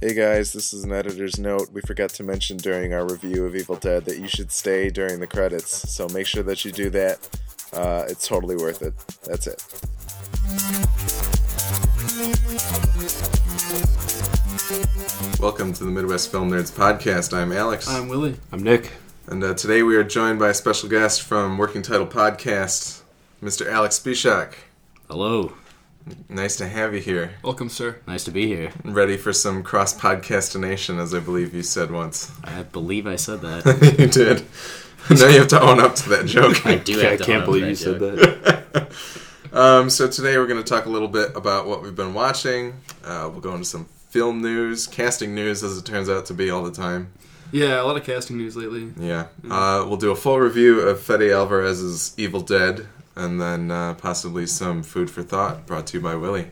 Hey guys, this is an editor's note. We forgot to mention during our review of Evil Dead that you should stay during the credits, so make sure that you do that. Uh, it's totally worth it. That's it. Welcome to the Midwest Film Nerds podcast. I'm Alex, I'm Willie. I'm Nick. and uh, today we are joined by a special guest from Working Title Podcast, Mr. Alex Bishak. Hello. Nice to have you here. Welcome, sir. Nice to be here. Ready for some cross podcastination, as I believe you said once. I believe I said that. you did. now you have to own up to that joke. I do. Yeah, have I to can't own believe that you said joke. that. Um, so today we're going to talk a little bit about what we've been watching. Uh, we'll go into some film news, casting news, as it turns out to be all the time. Yeah, a lot of casting news lately. Yeah. Uh, we'll do a full review of Fede Alvarez's Evil Dead, and then uh, possibly some food for thought brought to you by Willie.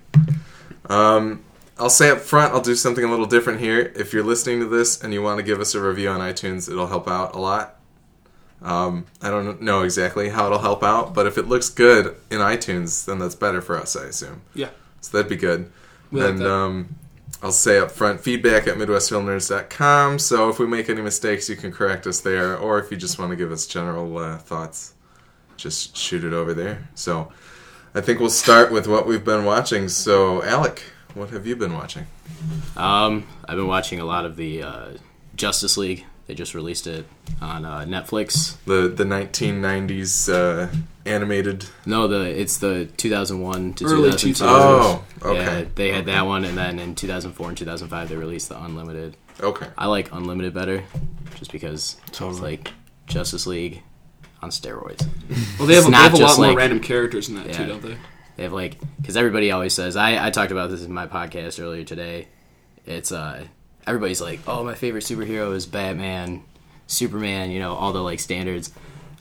Um, I'll say up front, I'll do something a little different here. If you're listening to this and you want to give us a review on iTunes, it'll help out a lot. Um, I don't know exactly how it'll help out, but if it looks good in iTunes, then that's better for us, I assume. Yeah. So that'd be good. We like and that. um, I'll say up front feedback at MidwestFilmNerds.com. So if we make any mistakes, you can correct us there. Or if you just want to give us general uh, thoughts, just shoot it over there. So I think we'll start with what we've been watching. So, Alec, what have you been watching? Um, I've been watching a lot of the uh, Justice League. They just released it on uh, Netflix. The, the 1990s uh, animated. No, the it's the 2001 to Early 2002. 2000s. Oh, okay. Yeah, they had that one, and then in 2004 and 2005 they released the Unlimited. Okay. I like Unlimited better, just because it's Totally. like Justice League on steroids. Well, they have, It's they not have a lot just more like- random characters in that too, Yeah. don't they? They have like because everybody always says I, I talked about this in my podcast earlier today. It's uh everybody's like, oh, my favorite superhero is Batman, Superman, you know, all the like standards.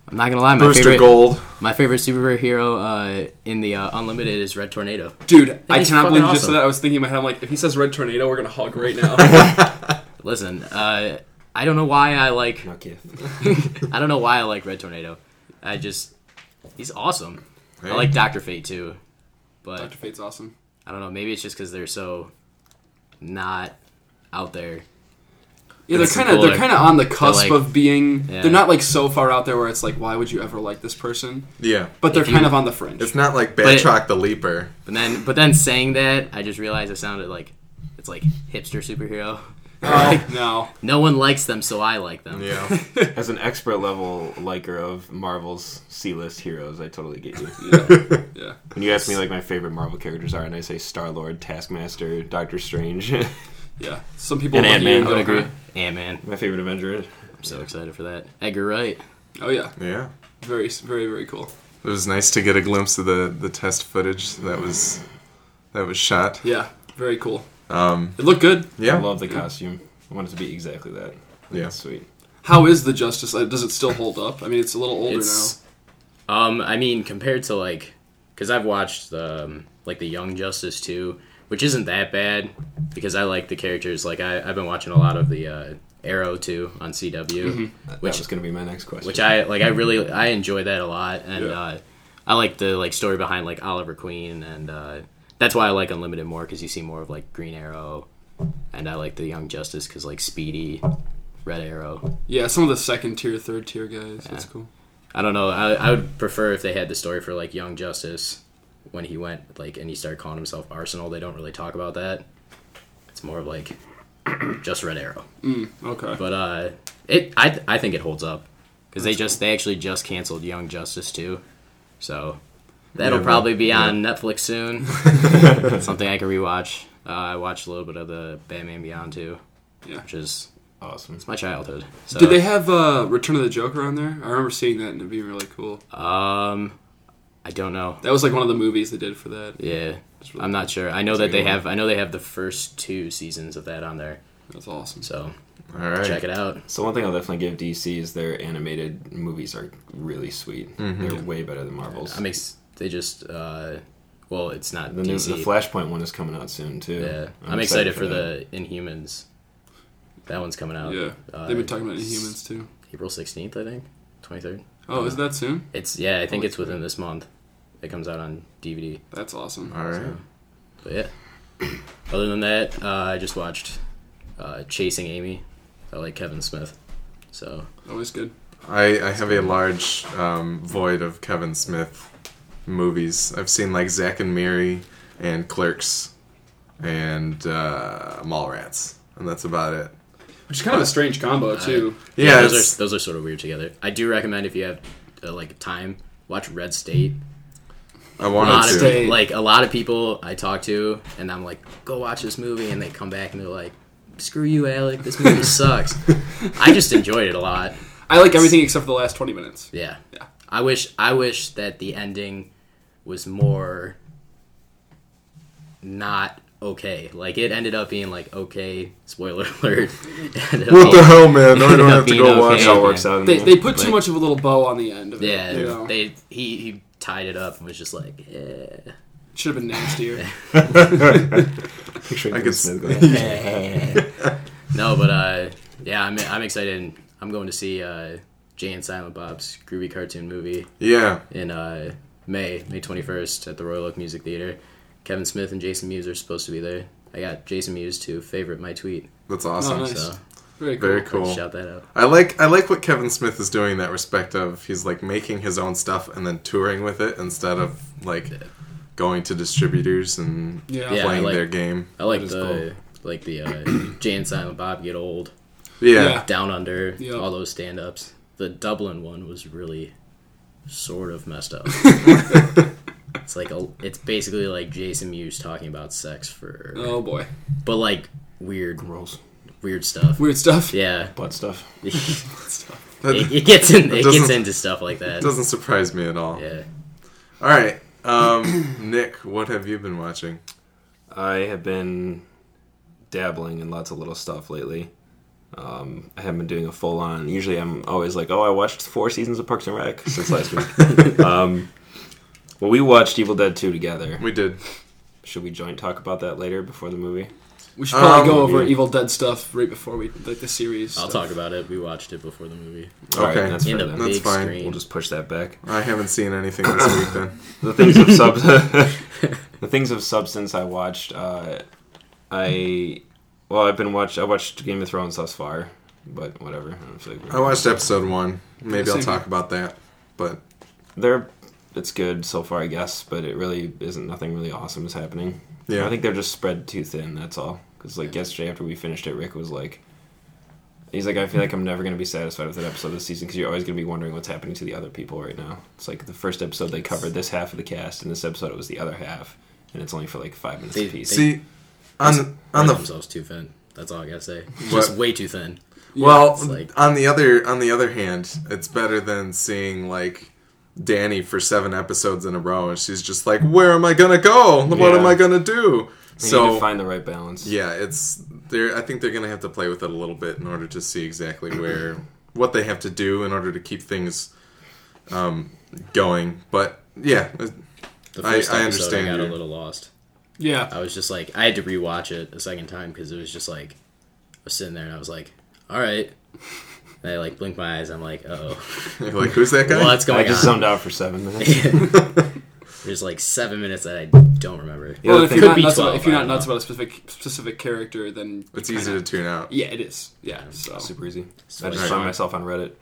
I'm not gonna lie, my Brewster favorite Gold. my favorite superhero uh, in the uh, Unlimited is Red Tornado. Dude, I he's cannot fucking believe you just awesome. said that. I was thinking in my head, I'm like, if he says Red Tornado, we're gonna hug right now. Listen, uh, I don't know why I like Not yet. I don't know why I like Red Tornado. I just he's awesome. I like Doctor Fate too, but Doctor Fate's awesome. I don't know. Maybe it's just because they're so not out there. Yeah, they're It's kind of cool, they're like- kind of on the cusp like- of being. Yeah. They're not like so far out there where it's like, why would you ever like this person? Yeah. But they're If you- kind of on the fringe. It's not like it- Batroc the Leaper. But then, but then saying that, I just realized it sounded like it's like hipster superhero. Oh, no, No one likes them, so I like them. Yeah. As an expert level liker of Marvel's C list heroes, I totally get you. yeah. When you ask me like my favorite Marvel characters are, and I say Star Lord, Taskmaster, Doctor Strange, Yeah, some people And look at you Ant-Man. go, I would "Huh?" Ant Man. my favorite Avenger. I'm so excited for that. Edgar Wright. Oh yeah, yeah. very very very cool. It was nice to get a glimpse of the, the test footage that was that was shot. Yeah, very cool. Um, it looked good. I Yeah. love the costume. I want it to be exactly that. I think Yeah. it's sweet. How is the Justice? uh, Does it still hold up? I mean, it's a little older It's. Um, I mean, compared to like, because I've watched the um, like the Young Justice too, which isn't that bad because I like the characters. Like I, I've been watching a lot of the uh, Arrow too on CW, Which is going to be my next question. which I like. I really I enjoy that a lot, and Yeah. uh, I like the like story behind like Oliver Queen, and uh, that's why I like Unlimited more because you see more of like Green Arrow, and I like the Young Justice because like Speedy, Red Arrow. now. Yeah, some of the second tier, third tier guys. That's cool. I don't know. I, I would prefer if they had the story for like Young Justice when he went like and he started calling himself Arsenal. They don't really talk about that. It's more of like just Red Arrow. Okay. but uh it i i think it holds up because they just they actually just canceled young justice too so that'll Yeah, probably be on netflix soon something i can rewatch uh, i watched a little bit of the batman beyond too Yeah. which is awesome. my childhood so Did they have uh, Return of the Joker on there? I remember seeing that and it being really cool. um i don't know That was like one of the movies they did for that. yeah It's really- i'm not sure i know that they good one. have i know they have the first two seasons of that on there That's awesome. so All right. check it out So one thing I'll definitely give DC is their animated movies are really sweet. They're way better than Marvel's. Mm-hmm. i mean they just uh well it's not the, new, DC, the Flashpoint one is coming out soon too. Yeah, I'm, excited, for, the Inhumans. That one's coming out. Yeah, uh, they've been talking about Inhumans too. April 16th, I think, 23rd. Oh, is that soon? It's yeah, I think Holy it's within this month. It comes out on DVD. That's awesome. All right. But yeah. Other than that, uh, I just watched uh, Chasing Amy. I like Kevin Smith. So Always good. I, I have a large um, void of Kevin Smith movies. I've seen like Zack and Miri and Clerks and uh, Mallrats, and that's about it. Which is kind of Uh, a strange combo too. Yeah, those it's- are those are sort of weird together. I do recommend if you have uh, like time, watch Red State. I A lot wanted of to. State. people, like a lot of people I talk to, and I'm like, go watch this movie, and they come back and they're like, screw you, Alec, this movie sucks. I just enjoyed it a lot. I like everything except for the last twenty minutes. Yeah. I wish I wish that the ending was more not okay. Like it ended up being like okay, spoiler alert. Ended up What the being- hell, man? Now I don't Ended up have to being go okay. watch It all it. works out. in the They, end. they put too Like, much of a little bow on the end. Of it, Yeah, you know? they he he tied it up and was just like, eh. should have been nastier. picturing I I could could s- No, but uh yeah, I'm I'm excited. I'm going to see uh Jay and Silent Bob's groovy cartoon movie Yeah, in uh May, May 21st at the Royal Oak Music Theater. Kevin Smith and Jason Mewes are supposed to be there. I got Jason Mewes to favorite my tweet. that's awesome. nice. So Very cool. Very I'd cool. shout that out. I like I like what Kevin Smith is doing in that respect of he's like making his own stuff and then touring with it instead of like going to distributors and Yeah. Yeah, playing I like- their game. I like That is the like the uh Jay and Silent Bob Get Old, Yeah. Down Under, Yeah. all those stand ups. The Dublin one was really sort of messed up. it's like a, it's basically like Jason Mewes talking about sex for Oh boy, but like weird rolls, weird stuff. weird stuff. Yeah. butt stuff. it, That it gets in it gets doesn't- into stuff like that. doesn't surprise me at all. Yeah. All right, um, Nick, what have you been watching? I have been dabbling in lots of little stuff lately. Um, I haven't been doing a full on. Usually, I'm always like, "Oh, I watched four seasons of Parks and Rec since last week." um, well, we watched Evil Dead Two together. We did. Should we joint talk about that later before the movie? We should probably Um, go over yeah. Evil Dead stuff right before we like the series. I'll stuff. talk about it. We watched it before the movie. All right, Okay. that's in fair the then. That's big fine. We'll screen. just push that back. I haven't seen anything this week then. the things of sub the things of substance I watched. Uh, I well, I've been watch. I watched Game of Thrones thus far, but whatever. I, don't feel like- I watched episode one. Maybe I'll Same talk here. about that. But They're it's good so far, I guess, but it really isn't. Nothing really awesome is happening. Yeah. I think they're just spread too thin. That's all. Because like yesterday after we finished it, Rick was like. He's like, I feel like I'm never gonna be satisfied with an episode this season because you're always gonna be wondering what's happening to the other people right now. It's like the first episode they covered this half of the cast, and this episode it was the other half, and it's only for like five minutes They- apiece. see, on on Write the themselves too thin. That's all I gotta say. What? Just way too thin. Well, it's like- on the other on the other hand, it's better than seeing like Danny for seven episodes in a row, and she's just like, "Where am I gonna go? What Yeah. am I gonna do?" They need so to find the right balance. yeah, it's they're I think they're gonna have to play with it a little bit in order to see exactly where what they have to do in order to keep things um, going. But yeah, it- The I- first I episode, understand I got you. a little lost. Yeah, I was just like, I had to rewatch it a second time because it was just like, I was sitting there and I was like, all right. And I like blinked my eyes. I'm like, uh oh, you're like who's that guy? what's I going just on? zoned out for seven minutes. There's like seven minutes that I don't remember. Yeah. well, other if thing- you're, Could not be nuts, 12, about, if you're I not don't nuts know. about a specific specific character, then it's you kinda- easy to tune out. Yeah, it is. Yeah. So Super easy. So I just much found fun. myself on Reddit.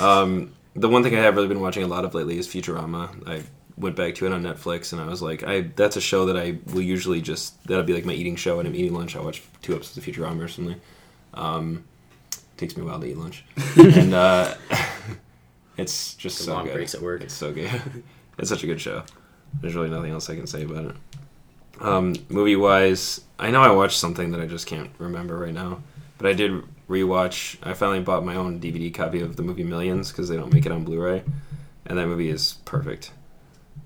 Um, the one thing I have really been watching a lot of lately is Futurama. I went back to it on Netflix, and I was like, I that's a show that I will usually just that'll be like my eating show, and I'm eating lunch. I watch two episodes of Futurama or something. Um, takes me a while to eat lunch, and uh, it's just The so long good. breaks at work. It's so good. it's such a good show. There's really nothing else I can say about it. Um, movie wise, I know I watched something that I just can't remember right now, but I did rewatch. I finally bought my own DVD copy of the movie Millions because they don't make it on Blu-ray, and that movie is perfect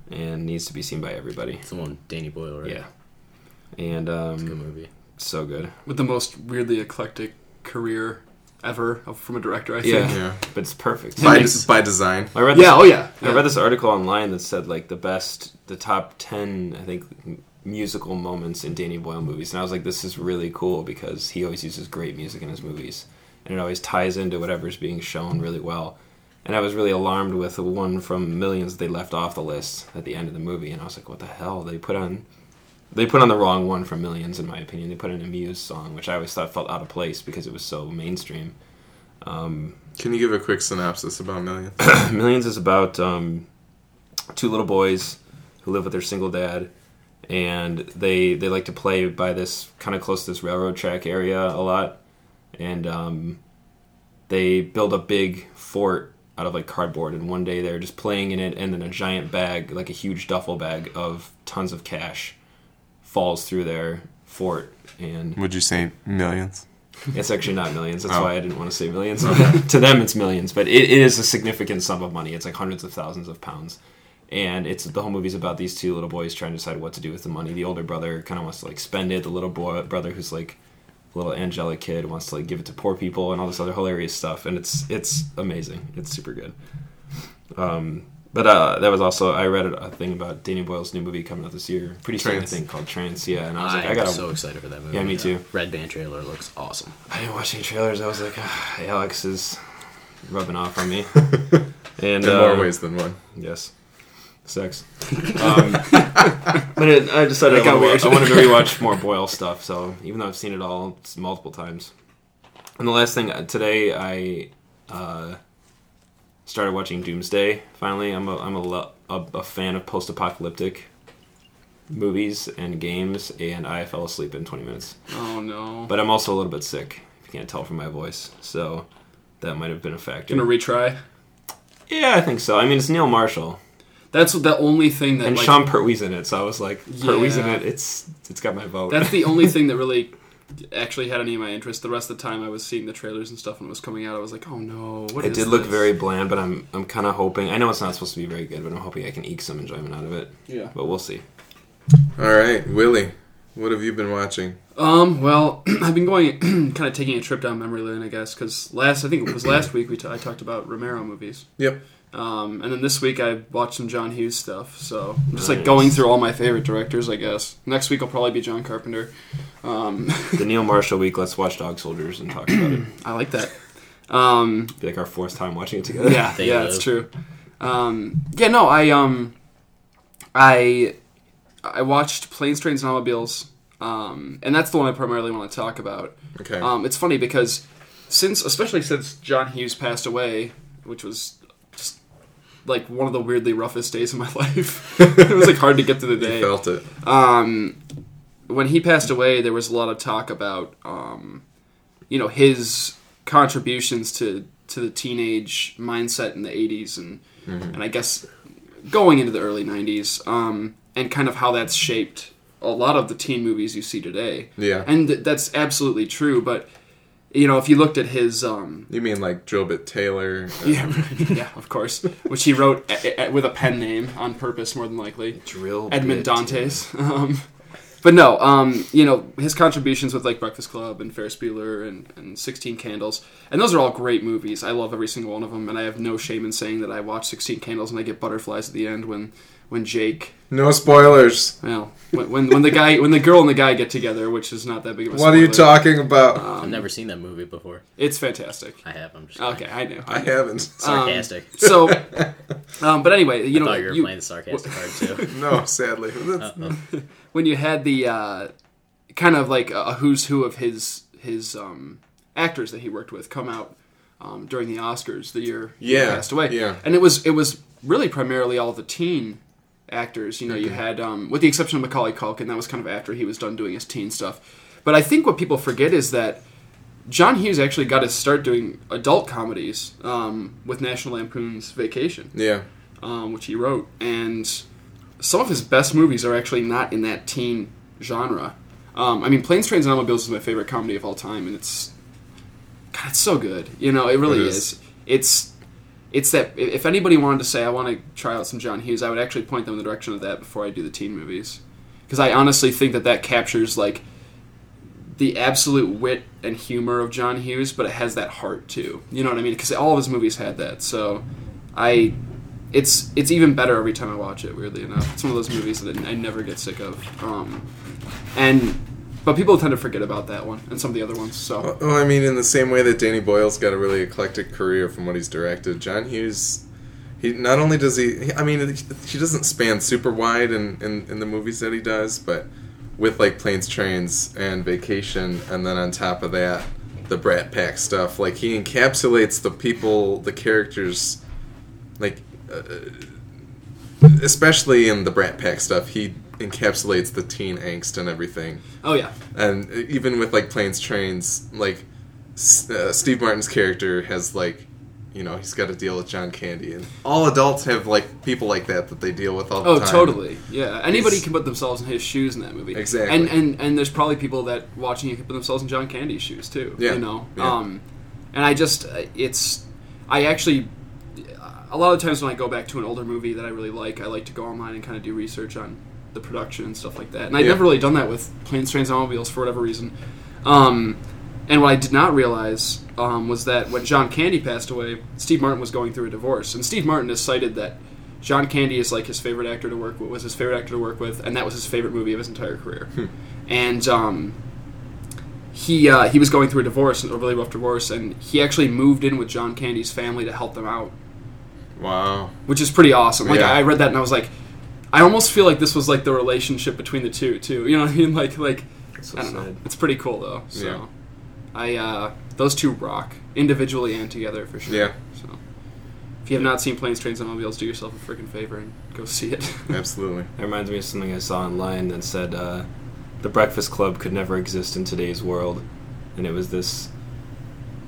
and needs to be seen by everybody. It's the one with Danny Boyle, right? Yeah, and Good um, movie. so good. with the most weirdly eclectic career ever of- from a director, I think. Yeah. yeah, But it's perfect. by, I de- by design. read this Yeah. Oh yeah. I read this article online that said like the best, the top ten, I think, m- musical moments in Danny Boyle movies, and I was like, this is really cool because he always uses great music in his movies, and it always ties into whatever's being shown really well. And I was really alarmed with the one from Millions that they left off the list at the end of the movie, and I was like, what the hell? They put on They put on the wrong one for Millions, in my opinion. They put in a Muse song, which I always thought felt out of place because it was so mainstream. Um, Can you give a quick synopsis about Millions? Millions is about um, two little boys who live with their single dad, and they they like to play by this kind of close to this railroad track area a lot, and um, they build a big fort out of like cardboard. And one day they're just playing in it, and then a giant bag, like a huge duffel bag of tons of cash, falls through their fort, and Would you say Millions? it's actually not millions. That's Oh. why I didn't want to say millions. to them, it's millions, but it, it is a significant sum of money. It's like hundreds of thousands of pounds. And it's the whole movie's about these two little boys trying to decide what to do with the money. The older brother kind of wants to like spend it. The little boy brother, who's like a little angelic kid, wants to like give it to poor people and all this other hilarious stuff. And it's it's amazing. It's super good. Um, but uh, that was also I read a thing about Danny Boyle's new movie coming out this year, pretty soon I Trance. think called Trance. Yeah, and I was I, like, am I gotta so excited for that movie. Yeah, me too. Red Band trailer looks awesome. I didn't watch any trailers. I was like, "Ah, Alex is rubbing off on me. And In uh, more ways than one. yes, sex. Um, but it, I decided That I, got wanted, weird. I wanted to rewatch more Boyle stuff. So even though I've seen it all s- multiple times, and the last thing uh, today I uh, started watching Doomsday. Finally, I'm a I'm a, lo- a, a fan of post apocalyptic movies and games, and I fell asleep in 20 minutes Oh no. but I'm also a little bit sick. If you can't tell from my voice, so that might have been a factor. Gonna retry. yeah, I think so. I mean, it's Neil Marshall That's the only thing that and like, Sean Pertwee's in it, so I was like, Pertwee's in Yeah. it. It's it's got my vote. That's the only thing that really actually had any of my interest. The rest of the time, I was seeing the trailers and stuff when it was coming out. I was like, oh no, what it is did look this? very bland, but I'm I'm kind of hoping. I know it's not supposed to be very good, but I'm hoping I can eke some enjoyment out of it. yeah. But we'll see. All right, Willie, what have you been watching? Um. Well, I've been going, kind of taking a trip down memory lane, I guess, because last I think it was last week we t- I talked about Romero movies. Yep. Um, and then this week I watched some John Hughes stuff, so I'm just like Nice. going through all my favorite directors, I guess. Next week will probably be John Carpenter. Um, the Neil Marshall week. Let's watch Dog Soldiers and talk about it. I like that. Um, Be like our fourth time watching it together. yeah, They yeah, live. it's true. Um, yeah, no, I um, I I watched Planes, Trains, and Automobiles, um, and that's the one I primarily want to talk about. Okay. Um, it's funny because since, especially since John Hughes passed away, which was just like one of the weirdly roughest days of my life. it was like hard to get through the you day. felt it. Um, when he passed away, there was a lot of talk about, um, you know, his contributions to to the teenage mindset in the '80s and Mm-hmm. and I guess going into the early '90s, um, and kind of how that's shaped a lot of the teen movies you see today. Yeah. And th- that's absolutely true. But you know, if you looked at his, um, You mean like Drillbit Taylor? Uh, yeah, yeah, of course, which he wrote a- a- with a pen name on purpose, more than likely, Drill. Oh, Edmund bit. Dantes. Um, but no, um, you know, his contributions with like Breakfast Club and Ferris Bueller and, and Sixteen Candles, and those are all great movies. I love every single one of them, and I have no shame in saying that I watch Sixteen Candles and I get butterflies at the end when when Jake, No spoilers. well, when when, when the guy, when the girl and the guy get together, which is not that big of a. What are you spoiler. talking Um, about? Um, I've never seen that movie before. It's fantastic. I have. I'm just Okay, I know. I haven't. sarcastic. So, um, but anyway, you I know, thought you were you- playing the sarcastic card too. No, sadly. That's- uh-uh. when you had the uh, kind of like a who's who of his his um, actors that he worked with come out um, during the Oscars the year Yeah, he passed away, yeah. and it was it was really primarily all the teen actors. You know, Mm-hmm. you had um, with the exception of Macaulay Culkin, that was kind of after he was done doing his teen stuff. But I think what people forget is that John Hughes actually got his start doing adult comedies um, with National Lampoon's Vacation yeah. um, which he wrote, and some of his best movies are actually not in that teen genre. Um, I mean, Planes, Trains, and Automobiles is my favorite comedy of all time, and it's God, it's so good. You know, it really It is. is. It's it's that i- if anybody wanted to say I want to try out some John Hughes, I would actually point them in the direction of that before I do the teen movies, because I honestly think that that captures like the absolute wit and humor of John Hughes, but it has that heart too. You know what I mean? Because all of his movies had that. So I it's it's even better every time I watch it. Weirdly enough, it's one of those movies that I never get sick of. Um, and but people tend to forget about that one and some of the other ones. So Well, I mean, in the same way that Danny Boyle's got a really eclectic career from what he's directed, John Hughes, he not only does he, he- I mean, he doesn't span super wide in, in, in the movies that he does, but with like planes, trains, and vacation, and then on top of that, the Brat Pack stuff. Like he encapsulates the people, the characters, like uh, especially in the Brat Pack stuff, he encapsulates the teen angst and everything Oh yeah, and even with like planes trains like S- uh, steve martin's character has like you know he's got to deal with john candy and all adults have like people like that that they deal with all the Oh, time totally. Yeah, anybody He's- can put themselves in his shoes in that movie. Exactly. And and and there's probably people that watching you can put themselves in John Candy's shoes too. Yeah, You know. yeah. Um, and I just uh, it's I actually a lot of times when I go back to an older movie that I really like, I like to go online and kind of do research on the production and stuff like that. And I've Yeah. never really done that with Planes, Trains, and Automobiles for whatever reason. Um, and what I did not realize um, was that when John Candy passed away, Steve Martin was going through a divorce, and Steve Martin has cited that John Candy is like his favorite actor to work with, was his favorite actor to work with, and that was his favorite movie of his entire career. And um, he uh, he was going through a divorce, a really rough divorce, and he actually moved in with John Candy's family to help them out wow which is pretty awesome. Like Yeah. I I read that and I was like, I almost feel like this was like the relationship between the two too. You know what I mean? Like like So I don't know. sad. It's pretty cool though. So Yeah. I uh, those two rock individually and together for sure. Yeah. So if you have not seen Planes, Trains, and Automobiles, do yourself a freaking favor and go see it. absolutely That reminds me of something I saw online that said uh, the Breakfast Club could never exist in today's world, and it was this.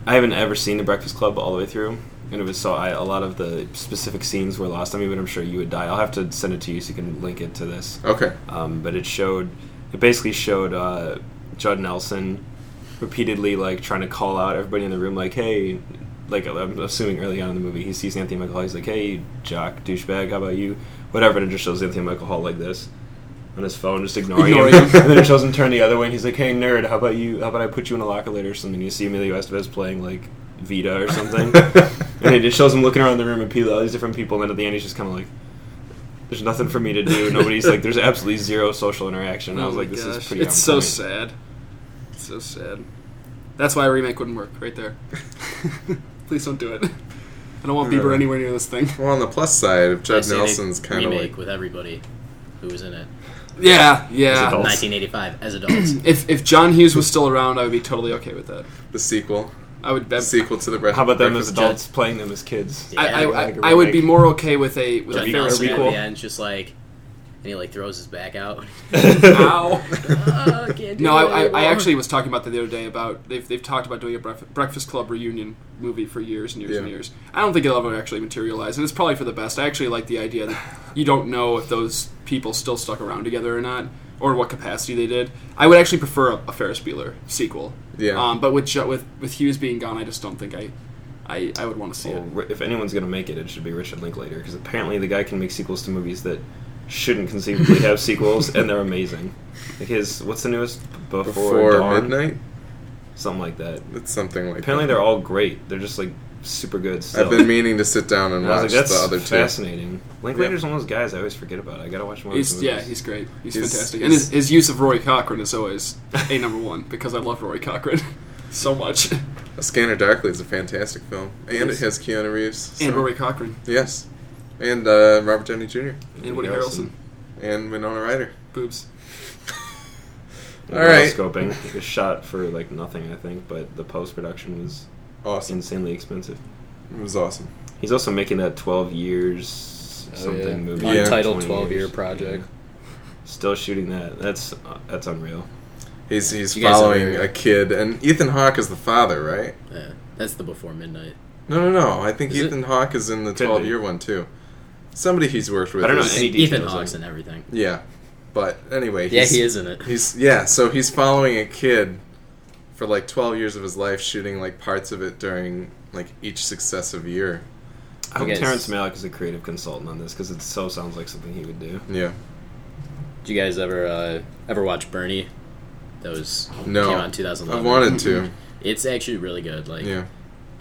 I haven't ever seen the Breakfast Club all the way through, and it was so I, a lot of the specific scenes were lost on me, but I'm sure you would die. I'll have to send it to you so you can link it to this. okay Um, but it showed, it basically showed uh, Judd Nelson repeatedly like trying to call out everybody in the room, like, "Hey," like I'm assuming early on in the movie, he sees Anthony Michael Hall, he's like, "Hey, jock, douchebag, how about you?" Whatever, and it just shows Anthony Michael Hall like this on his phone, just ignoring him. Ignoring him. and then it shows him turn the other way, and he's like, "Hey, nerd, how about you? How about I put you in a locker later or something?" You see Emilio Estevez playing like Vita or something. And it just shows him looking around the room and people, all these different people, and then at the end he's just kind of like, "There's nothing for me to do." Nobody's like, "There's absolutely zero social interaction." And I was Oh like, my "This gosh. is pretty." It's on so point. sad. It's so sad. That's why a remake wouldn't work right there. Please don't do it. I don't want Bieber Uh. anywhere near this thing. well on the plus side of I judd say they nelson's kind of remake like with everybody who was in it. Yeah, yeah. adults. 1985 as adults. If if John Hughes was still around, I would be totally okay with that. the sequel I would. the That, sequel to the Bre- How about them as Breakfast- Judd. adults playing them as kids? Yeah. I, I, I, like a I would be remake. more okay with a with Or a Judd re- fair Nelson at requel. the end, just like, and he like throws his back out. Ow. Ah, can't do No, it I, I, I anymore. actually was talking about that the other day about they've, they've talked about doing a Bref- Breakfast Club reunion movie for years and years and Yeah. years. I don't think it'll ever actually materialize, and it's probably for the best. I actually like the idea that you don't know if those people still stuck around together or not, or what capacity they did. I would actually prefer a, a Ferris Bueller sequel. Yeah. Um, but with Ju- with with Hughes being gone, I just don't think I I, I would want to see Oh, it. Well, oh, ri- if anyone's gonna make it, it should be Richard Linklater because apparently the guy can make sequels to movies that shouldn't conceivably have sequels, and they're amazing. Like his what's the newest before, before Dawn? midnight something like that. it's something like Apparently that. they're all great. They're just like super good. Still. i've been meaning to sit down and And I watch was like, that's the other two fascinating. Linklater's one of those guys I always forget about. I gotta watch more of He's, his yeah, movies. he's great. He's, He's- fantastic. and his, his use of Roy Cochran is always a number one because I love Roy Cochran so much. a scanner darkly is a fantastic film and it Yes. has keanu reeves And so- Roy Cochran yes and uh, robert downey jr and Woody Harrelson. Harrelson. and Winona Ryder. Boobs. All right. Scoping. It was shot for like nothing, I think, but the post production was Awesome. insanely expensive. It was awesome. He's also making that twelve years something movie. Yeah. Oh, Untitled 20 12 year years. project. Yeah. Still shooting that. That's uh, that's unreal. He's he's You guys following are- a kid, and Ethan Hawke is the father, right? Yeah, that's the before midnight. No, no, no. I think Is it? Ethan Hawke is in the Could twelve be. year one too. Somebody he's worked with. I don't know is- any- Ethan details Hawke's on and everything. Yeah, but anyway, Yeah, he's, he is in it. He's yeah. So he's following a kid for like twelve years of his life, shooting like parts of it during like each successive year. I hope Okay. Terrence Malick is a creative consultant on this because it so sounds like something he would do. Yeah. Do you guys ever uh, ever watch Bernie? That was No. came out in I 2011. wanted to. It's actually really good. Like Yeah.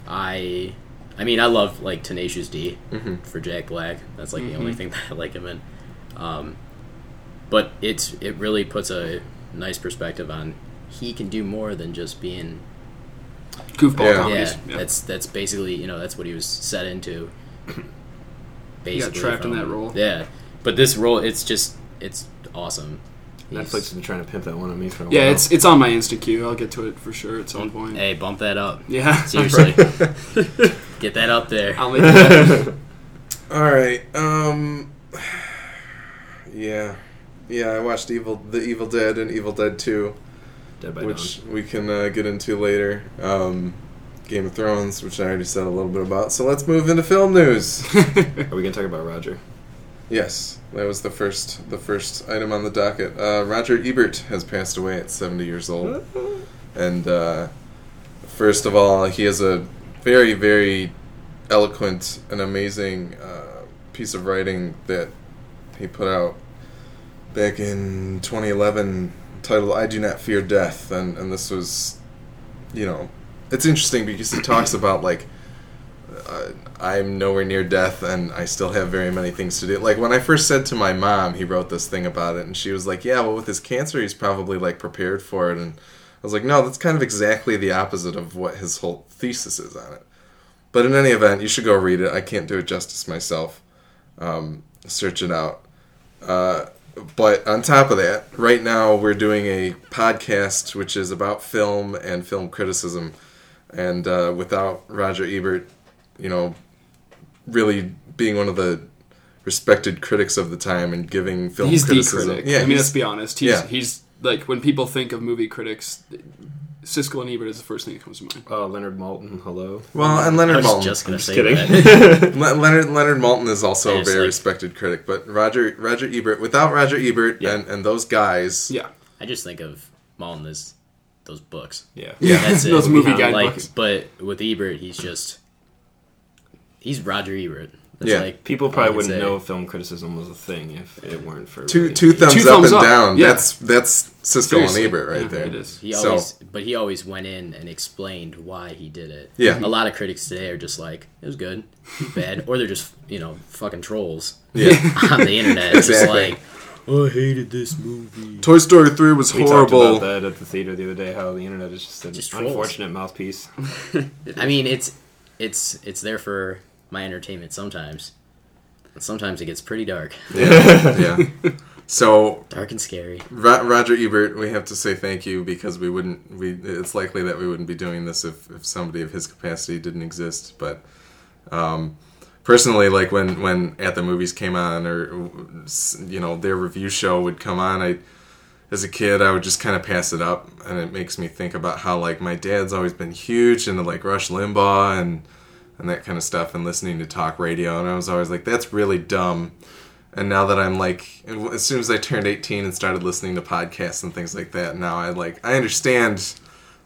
I, I mean, I love like Tenacious D hmm for Jack Black. That's like the only thing that I like him in. Um, but it's it really puts a nice perspective on he can do more than just being Goofball Yeah. comedies. yeah, Oh, Yeah. That's that's basically you know that's what he was set into. Basically, trapped in that role. Yeah, but this role it's just it's awesome. Netflix has been trying to pimp that one on me for a while. Yeah, it's it's on my Insta queue. I'll get to it for sure at some point. Mm. Hey, bump that up. Yeah, Seriously, get that up there. I'll make it happen. All right. Um. Yeah, yeah. I watched Evil, The Evil Dead, and Evil Dead Two, Dead by which we can uh, get into later. Um, Game of Thrones, which I already said a little bit about. So let's move into film news. Dawn. Are we gonna talk about Roger? yes, that was the first the first item on the docket. Uh, Roger Ebert has passed away at seventy years old, and uh, first of all, he has a very very eloquent and amazing uh, piece of writing that he put out back in 2011 titled I Do Not Fear Death and and this was you know it's interesting because he talks about like uh, I'm nowhere near death and I still have very many things to do like when I first said to my mom he wrote this thing about it and she was like yeah well with his cancer he's probably like prepared for it and I was like no that's kind of exactly the opposite of what his whole thesis is on it but in any event, you should go read it. I can't do it justice myself. Um, search it out. Uh, but on top of that, right now we're doing a podcast which is about film and film criticism. And uh, without Roger Ebert, you know, really being one of the respected critics of the time and giving film he's the criticism. critic. Yeah, I mean, he's- let's be honest. He's yeah. he's like when people think of movie critics, Siskel and Ebert is the first thing that comes to mind. Uh, Leonard Maltin. Hello. well, and I Leonard was Maltin. just gonna say kidding. that. Le- Leonard Leonard Maltin is also a It's very like- respected critic, but Roger Roger Ebert without Roger Ebert Yeah. and, and those guys, Yeah, I just think of Malton as those books. Yeah. That's it. Those movie guide like, books. But with Ebert, he's just he's Roger Ebert. That's Yeah. like People all I probably can wouldn't say. know film criticism was a thing if it weren't for two two thumbs Two up thumbs and up, down. yeah. That's that's Siskel Seriously. and Ebert right Yeah, there. It is. He So- always, but he always went in and explained why he did it. Yeah. a lot of critics today are just like, it was good, bad, or they're just you know fucking trolls Yeah. on the internet. Exactly. Just like, I hated this movie. Toy Story three was We horrible. talked about that at the theater the other day. How the internet is just an Just trolls. unfortunate mouthpiece. I mean, it's it's it's there for my entertainment sometimes. But sometimes it gets pretty dark, yeah. So dark and scary. Ro- Roger Ebert, we have to say thank you because we wouldn't. We it's likely that we wouldn't be doing this if, if somebody of his capacity didn't exist. But um, personally, like when when at the movies came on or you know their review show would come on, I as a kid I would just kind of pass it up, and it makes me think about how like my dad's always been huge into like Rush Limbaugh and and that kind of stuff, and listening to talk radio, and I was always like, that's really dumb. And now that I'm like, as soon as I turned 18 and started listening to podcasts and things like that, now I like, I understand.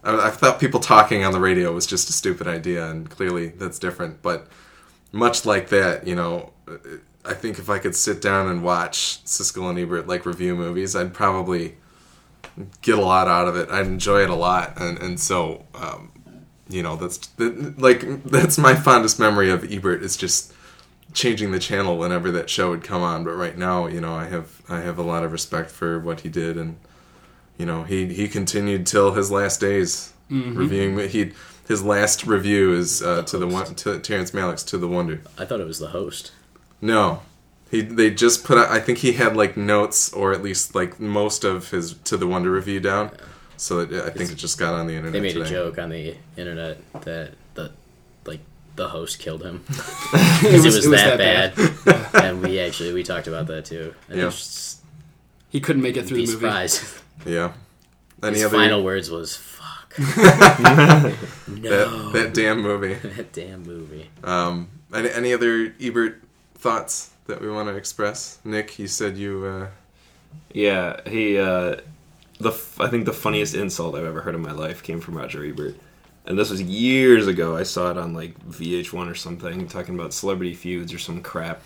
I, I thought people talking on the radio was just a stupid idea, and clearly that's different. But much like that, you know, I think if I could sit down and watch Siskel and Ebert like review movies, I'd probably get a lot out of it. I'd enjoy it a lot, and and so, um, you know, that's that, like that's my fondest memory of Ebert. It's just changing the channel whenever that show would come on. But right now, you know, I have I have a lot of respect for what he did, and you know, he he continued till his last days reviewing. He his last review is uh, to the one to Terrence Malick's To the Wonder. I thought it was the host. No. He, they just put out, I think he had like notes or at least like most of his To the Wonder review down. So it, I think it just got on the internet They made today. a joke on the internet that the like the host killed him because It it, was that, bad. and we actually we talked about that too. And Yeah. just He couldn't make it through be the movie. surprised. Yeah. Any His other final words was "fuck." no, that, that damn movie. that damn movie. Um, any, any other Ebert thoughts that we want to express? Nick, you said you. Uh, Yeah, he. Uh, the f- I think the funniest insult I've ever heard in my life came from Roger Ebert, and this was years ago. I saw it on like VH1 or something, talking about celebrity feuds or some crap.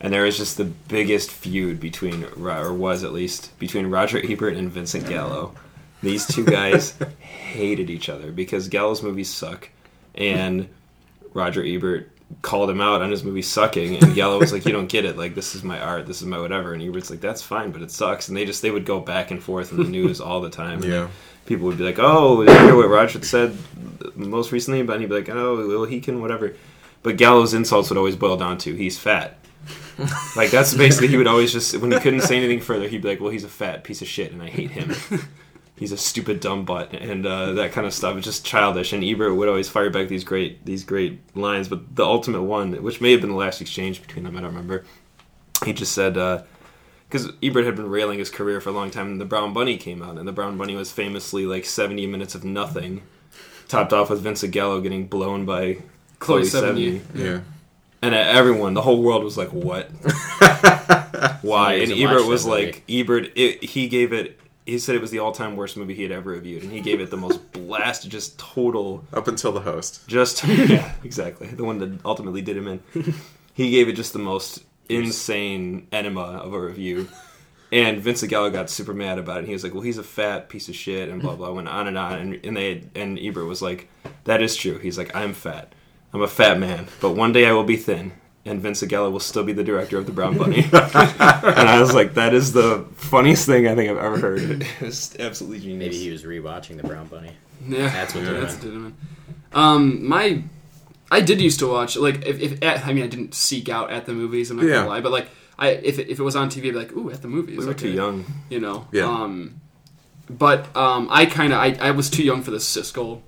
And there was just the biggest feud between, Ro- or was at least, between Roger Ebert and Vincent Gallo. These two guys hated each other because Gallo's movies suck, and Roger Ebert called him out on his movie sucking, and Gallo was like, "You don't get it. Like this is my art. This is my whatever." And Ebert's like, "That's fine, but it sucks." And they just they would go back and forth in the news all the time. And Yeah. people would be like, "Oh, did you hear what Roger said most recently?" But he'd be like, "Oh, well, he can whatever." But Gallo's insults would always boil down to, "He's fat." Like that's basically he would always just when he couldn't say anything further, he'd be like, "Well, he's a fat piece of shit, and I hate him. he's a stupid dumb butt, and uh, that kind of stuff. It's just childish." And Ebert would always fire back these great these great lines, but the ultimate one, which may have been the last exchange between them, I don't remember. He just said. Uh, because Ebert had been railing his career for a long time, and the Brown Bunny came out, and the Brown Bunny was famously like 70 minutes of nothing, topped off with Vincent Gallo getting blown by Chloe, Chloe 70. 70. Yeah. And everyone, the whole world was like, "What? Why?" Somebody And doesn't Ebert watch was that like, "Ebert, it, he gave it. He said it was the all-time worst movie he had ever reviewed, and he gave it the most blasted, just total, Up until the host. just yeah, exactly the one that ultimately did him in. He gave it just the most insane enema of a review." And Vincent Gallo got super mad about it. He was like, "Well, he's a fat piece of shit," and blah blah. Went on and on, and, and they and Ebert was like, "That is true." He's like, "I'm fat. I'm a fat man, but one day I will be thin." And Vincent Gallo will still be the director of the Brown Bunny. and I was like, "That is the funniest thing I think I've ever heard." It was absolutely genius. Maybe he was rewatching the Brown Bunny. Yeah, That's what they're that's on. what did it, man. Um, my, I did used to watch like if, if at, I mean I didn't seek out at the movies. I'm not Yeah. gonna lie, but like I if it, if it was on TV, I'd be like, ooh, at the movies. we were okay. too young. you know. Yeah. Um, but um, I kind of I, I was too young for the Siskel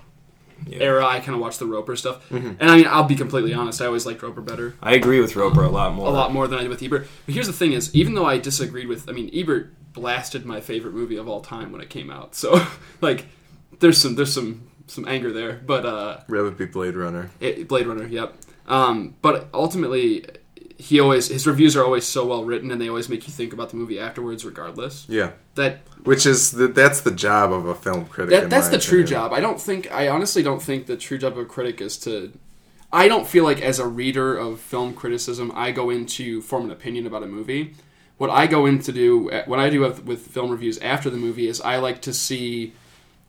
Yeah. era. I kind of watched the Roper stuff, and I mean I'll be completely honest. I always liked Roper better I agree with Roper a lot more. a lot more than I did with Ebert. But here's the thing: is even though I disagreed with, I mean, Ebert blasted my favorite movie of all time when it came out. So, like, there's some there's some some anger there. But uh, Rather be Blade Runner. it, Blade Runner, yep. Um, but ultimately, he always his reviews are always so well written, and they always make you think about the movie afterwards, regardless. Yeah. That Which is the, that's the job of a film critic. that in that's my the true opinion. job. I don't think I honestly don't think the true job of a critic is to. I don't feel like as a reader of film criticism, I go in to form an opinion about a movie. What I go in to do, eh, what I do with, with film reviews after the movie is I like to see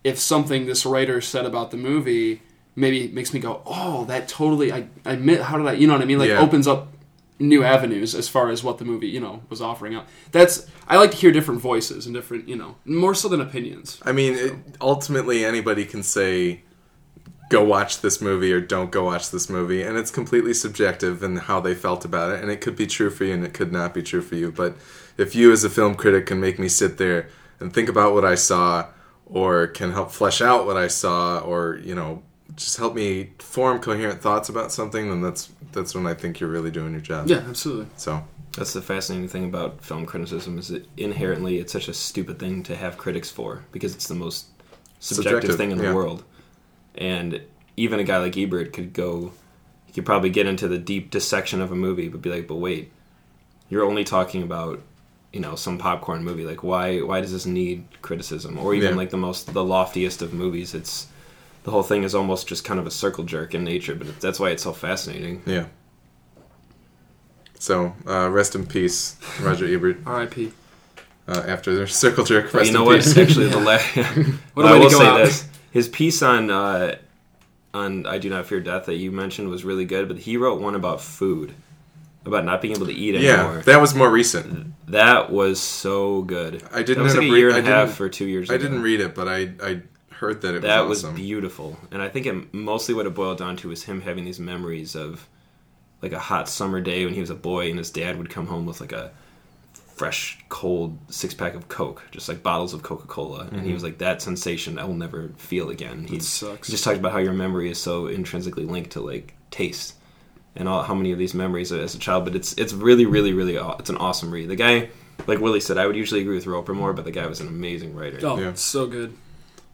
if something this writer said about the movie maybe makes me go, oh, that totally, I, I mi- how did I, you know what I mean? Like Yeah. opens up new avenues as far as what the movie, you know, was offering up. That's, I like to hear different voices and different, you know, more so than opinions. I mean, it, ultimately, anybody can say, go watch this movie or don't go watch this movie, and it's completely subjective in how they felt about it, and it could be true for you and it could not be true for you. But if you, as a film critic, can make me sit there and think about what I saw, or can help flesh out what I saw, or, you know, just help me form coherent thoughts about something, then that's that's when I think you're really doing your job. Yeah, absolutely. So That's the fascinating thing about film criticism is that inherently it's such a stupid thing to have critics for because it's the most subjective, Subjective, thing in the yeah. world. And even a guy like Ebert could go, he could probably get into the deep dissection of a movie, but be like, but wait, you're only talking about you know some popcorn movie. Like why why does this need criticism? Or even Yeah. like the most the loftiest of movies. It's the whole thing is almost just kind of a circle jerk in nature, but that's why it's so fascinating. yeah. So uh, rest in peace, Roger Ebert. R.I.P. uh, after their circle jerk. Rest you know in what? peace. Actually, the last. What a I way to will go say out. this: his piece on uh, on "I Do Not Fear Death" that you mentioned was really good, but he wrote one about food, about not being able to eat Yeah, anymore. That, that was more Mm-hmm. recent. was so good. I didn't That was end like a up re- year and I a half didn't- or two years. I ago. didn't read it, but I I heard that it was That was awesome. beautiful, and I think it, mostly what it boiled down to was him having these memories of like a hot summer day when he was a boy, and his dad would come home with like a fresh, cold six pack of Coke, just like bottles of Coca Cola, and Mm-hmm. he was like, "That sensation I will never feel again." He sucks. He just talked about how your memory is so intrinsically linked to like taste and all, how many of these memories as a child. But it's it's really, really, really aw- it's an awesome read. The guy, like Willie said, I would usually agree with Roper more, but the guy was an amazing writer. Oh, Yeah. so good.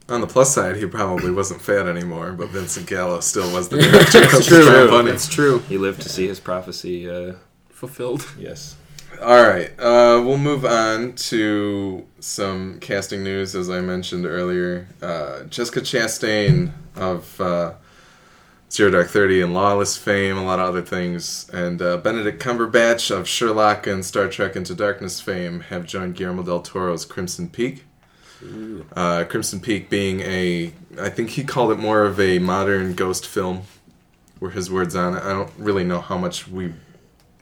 On the plus side, he probably wasn't fat anymore, but Vincent Gallo still was the director. of true. The Brown Bunny. It's true. He lived to see his prophecy. Uh, Fulfilled. yes. All right, uh, we'll move on to some casting news. As I mentioned earlier, uh, Jessica Chastain of uh, Zero Dark Thirty and Lawless fame, a lot of other things, and uh, Benedict Cumberbatch of Sherlock and Star Trek Into Darkness fame have joined Guillermo del Toro's Crimson Peak. Uh, Crimson Peak being a, I think he called it more of a modern ghost film, were his words on it. I don't really know how much we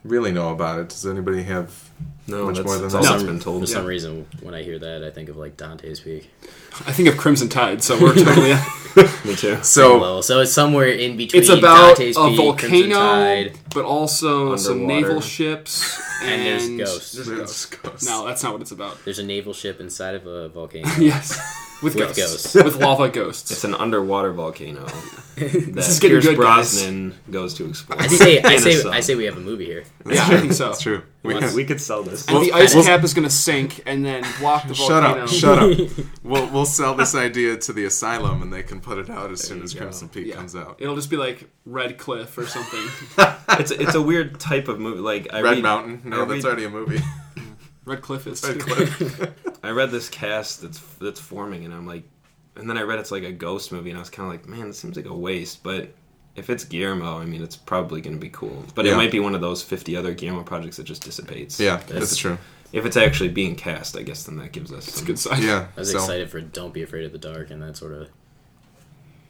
really know about it. Does anybody have? No, Much that's, more than that's that. all No. that's been told. For some Yeah. reason, when I hear that, I think of like Dante's Peak. I think of Crimson Tide, so we're totally. Me too. So Well, so it's somewhere in between. it's about Dante's a Peak, Crimson volcano, Tide, but also some Underwater. naval ships and, and there's ghosts. there's it's ghosts. ghosts. No, that's not what it's about. There's a naval ship inside of a volcano. Yes, with, With ghosts, ghosts. with lava ghosts. It's an underwater volcano that is getting Pierce good, guys. Brosnan goes to explore. I say, I In a say, song. I say, we have a movie here. Yeah, I think so. That's true. We We, we could sell this. And the Well, ice well- cap is going to sink and then block the Shut volcano. up! Shut up! We'll we'll sell this idea to the asylum, and they can put it out as soon as you go. Crimson Peak Yeah. comes out. It'll just be like Red Cliff or something. it's it's a weird type of movie. Like I Red read, Mountain? No, I that's read- already a movie. Red Cliff is. Red Cliff. I read this cast that's that's forming, and I'm like, and then I read it's like a ghost movie, and I was kind of like, man, this seems like a waste. But if it's Guillermo, I mean, it's probably going to be cool. But Yeah. it might be one of those 50 other Guillermo projects that just dissipates. yeah, that's true. If it's actually being cast, I guess then that gives us. It's a some- good sign. Yeah. I was so- excited for Don't Be Afraid of the Dark, and that sort of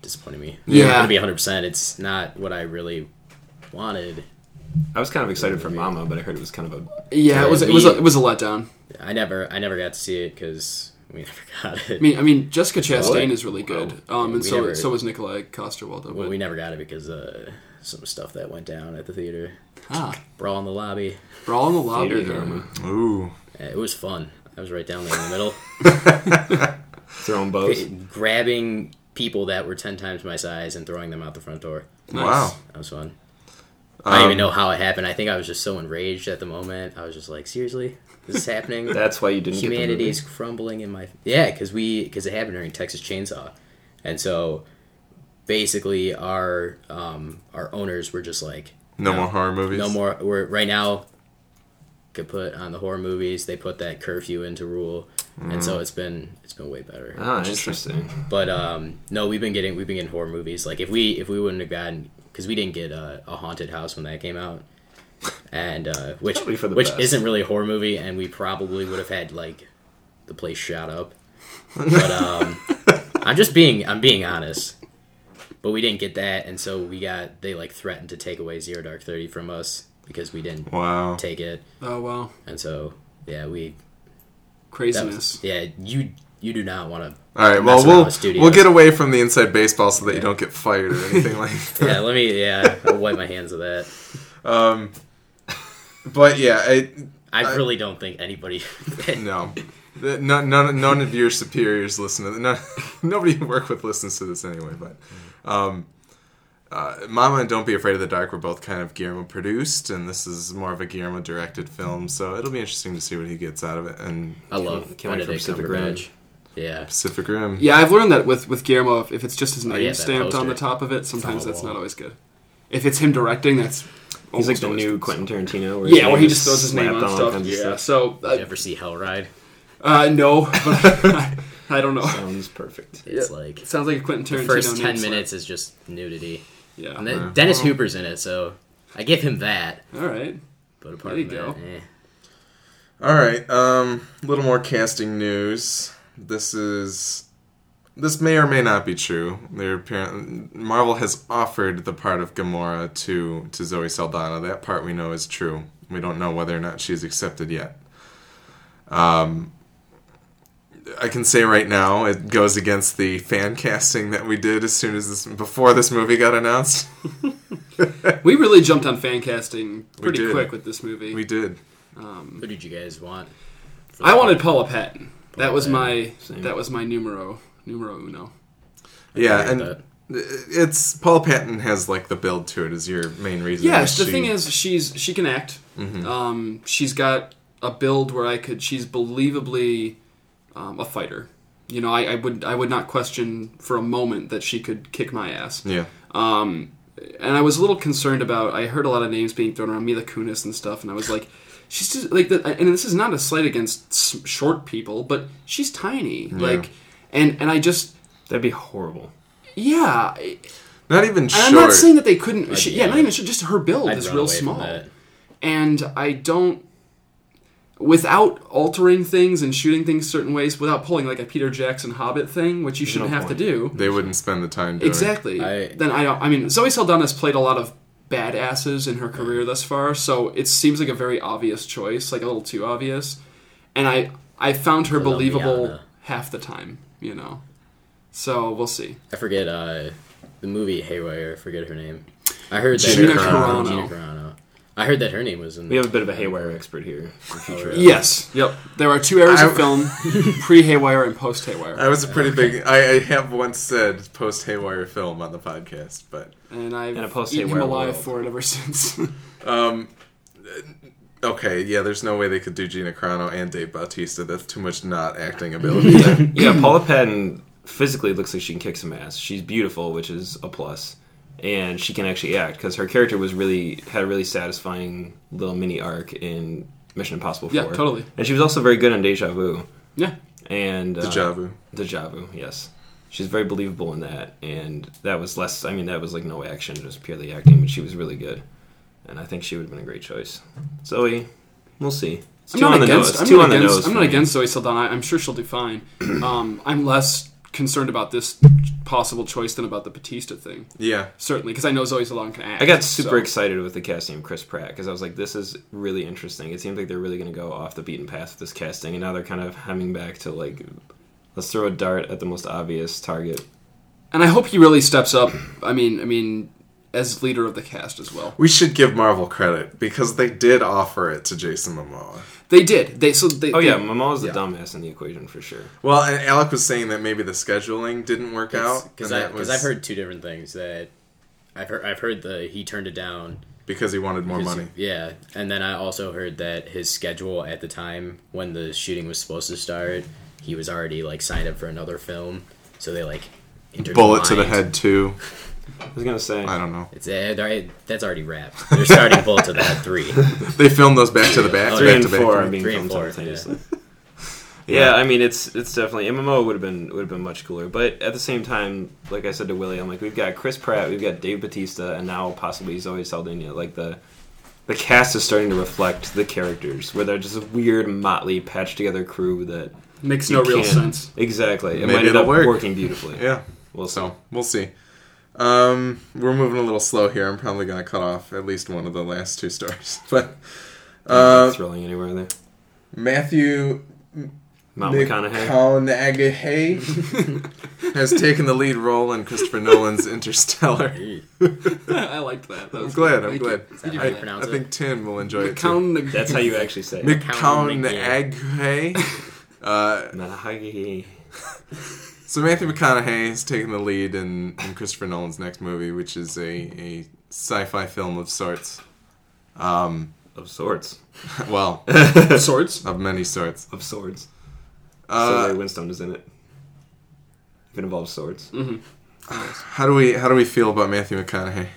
disappointed me. Yeah. I'm gonna be 100. percent It's not what I really wanted. I was kind of excited for Mama, but I heard it was kind of a. Yeah, it was it was a, Me- it was a letdown. I never, I never got to see it because we never got it. I mean, I mean, Jessica Chastain Really? is really good, um, and We so never- so was Nikolai Coster-Waldau. well, but- we never got it because uh, some stuff that went down at the theater. ah, Brawl in the lobby. brawl in the lobby. Theater drama. Ooh. Uh, It was fun. I was right down there in the middle, Throwing bows. grabbing people that were ten times my size and throwing them out the front door. Nice. Wow. That was fun. I don't even Um, know how it happened. I think I was just so enraged at the moment. I was just like, seriously, this is happening. That's why you didn't. Humanity Humanities. is crumbling in my yeah, because we because it happened during Texas Chainsaw, and so basically our um, our owners were just like, No, more horror movies. no more. We're right now could put on the horror movies. They put that curfew into rule, and so it's been it's been way better. Ah, interesting. But um, no, we've been getting we've been getting horror movies. Like if we if we wouldn't have gotten because we didn't get uh, a haunted house when that came out, and uh, which Probably for the which best. isn't really a horror movie, and we probably would have had like the place shot up. But um, I'm just being I'm being honest. But we didn't get that, and so we got they like threatened to take away Zero Dark Thirty from us because we didn't Wow. take it, Oh wow, and so yeah we that craziness. was, yeah you you do not want to All right. mess Well, around we'll with studios. we'll get away from the inside baseball so that you don't get fired or anything like. that. yeah let me yeah I'll wipe my hands of that. Um. But yeah, I I, I- really don't think anybody. no. The- None, none, none of your superiors listen to none, nobody you work with listens to this anyway. But um, uh, Mama and Don't Be Afraid of the Dark were both kind of Guillermo produced, and this is more of a Guillermo directed film. So it'll be interesting to see what he gets out of it. And I love Can't- can't wait for Benedict Pacific Cumberbatch. Yeah, Pacific Rim, Yeah, I've learned that with with Guillermo, if, if it's just his name Oh, yeah, that stamped on poster. the top of it, sometimes the that's wall. not always good. If it's him directing, that's He's almost like the always new good. Quentin Tarantino. Where his Yeah, where name he is just throws his name slapped on all stuff. kinds of Yeah, so you uh, ever see Hell Ride? uh, no, but I, I don't know. Sounds perfect. It's like It sounds like a Quentin the Tarantino. first name ten slap. minutes is just nudity, Yeah. and then Dennis Hooper's in it, so I give him that. All right. But apart There you from that, eh. All right, um, a little more casting news. This is this may or may not be true. They're apparent, Marvel has offered the part of Gamora to to Zoe Saldana. That part we know is true. We don't know whether or not she's accepted yet. Um, I can say right now it goes against the fan casting that we did as soon as this before this movie got announced. We really jumped on fan casting pretty did. quick with this movie. We did. who did you guys want? for the I wanted part? Paula Patton. That was my Same. that was my numero numero uno. Yeah, and But it's Paul Patton has like the build to it is your main reason. Yes, the She- Mm-hmm. thing is, she's she can act. Um, she's got a build where I could. She's believably um, a fighter. You know, I, I would I would not question for a moment that she could kick my ass. yeah, Um, and I was a little concerned about. I heard a lot of names being thrown around, Mila Kunis and stuff, and I was like, she's just like the, And this is not a slight against s- short people, but she's tiny, like, and and I just That'd be horrible. yeah. I- not even And short. I'm not saying that they couldn't. she, yeah, yeah. not even short, just her build I'd is run real away from small, that. and I don't. Without altering things and shooting things certain ways, without pulling like a Peter Jackson Hobbit thing, which you shouldn't no have point. to do. they wouldn't spend the time doing. it. Exactly. I- then I don't. I mean, Zoe Saldana's played a lot of badasses in her career thus far, so it seems like a very obvious choice, like a little too obvious. And I I found her believable Liana. half the time, you know. So we'll see. I forget uh, the movie Haywire. I forget her name. I heard that Gina her- uh, Carano. Gina Carano. I heard that her name was in. We have a bit of a haywire expert here. for future really? Yes. Yep. There are two eras I- of film: pre-Haywire and post-Haywire. I was a pretty big. I, I have once said post Haywire film on the podcast, but And I've In a eaten him post-Haywire alive world. for it ever since. okay, yeah. There's no way they could do Gina Carano and Dave Bautista. That's too much not acting ability. there. yeah, Paula Patton physically looks like she can kick some ass. She's beautiful, which is a plus, and she can actually act because her character was really had a really satisfying little mini arc in Mission Impossible Four. Yeah, totally. And she was also very good in Deja Vu yeah. and uh, Deja vu. Deja Vu, yes. She's very believable in that, and that was less. I mean, that was like no action, just purely acting, but she was really good, and I think she would have been a great choice. Zoe, we'll see. It's I'm two not on the against. nose. I'm two not on the against. nose I'm for not me. against Zoe Saldana. I'm sure she'll do fine. Um, I'm less concerned about this possible choice than about the Batista thing. Yeah. Certainly, because I know Zoe Saldana can act. I got super so- excited with the casting of Chris Pratt because I was like, this is really interesting. It seems like they're really going to go off the beaten path with this casting, and now they're kind of hemming back to like, let's throw a dart at the most obvious target. And I hope he really steps up. I mean, I mean, as leader of the cast as well. We should give Marvel credit because they did offer it to Jason Momoa. They did. They so they. Oh yeah, they- Momoa's the yeah. dumbass in the equation for sure. Well, and Alec was saying that maybe the scheduling didn't work out because and I that was because I've heard two different things that I've heard I've heard the he turned it down. because he wanted more 'Cause- money. Yeah, and then I also heard that his schedule at the time when the shooting was supposed to start, he was already like signed up for another film, so they like Bullet to the intertwined. head too. I was gonna say, I don't know. It's eh, they're- that's already wrapped. They're starting bullet to the head three. They filmed those back to the back, Oh, three back and to back. four are being Three and filmed four, simultaneously. Yeah. I mean it's it's definitely MMO would have been would have been much cooler, but at the same time, like I said to Willie, I'm like we've got Chris Pratt, we've got Dave Batista, and now possibly Zoe Saldana. Like the the cast is starting to reflect the characters, where they're just a weird motley patched together crew that makes you no real can't- sense. Exactly, it Maybe might end it'll up work. working beautifully. Yeah. Well, so So we'll see. Um, we're moving a little slow here. I'm probably gonna cut off at least one of the last two stars. But uh, thrilling anywhere there. Matthew Mount McConaughey. McConaughey has taken the lead role in Christopher Nolan's Interstellar. I liked that. that I'm was glad. I'm Thank you. glad. Thank you. I, Is that how you I think Tim will enjoy it. too. Count- That's how you actually say it. McConaughey. Uh, Manahagi. so Matthew McConaughey has taken the lead in, in Christopher Nolan's next movie, which is a, a sci-fi film of sorts. Um, of swords. well, swords. of many sorts. Of swords. Uh, so Ray Winstone is in it. If it involves swords. how do we how do we feel about Matthew McConaughey?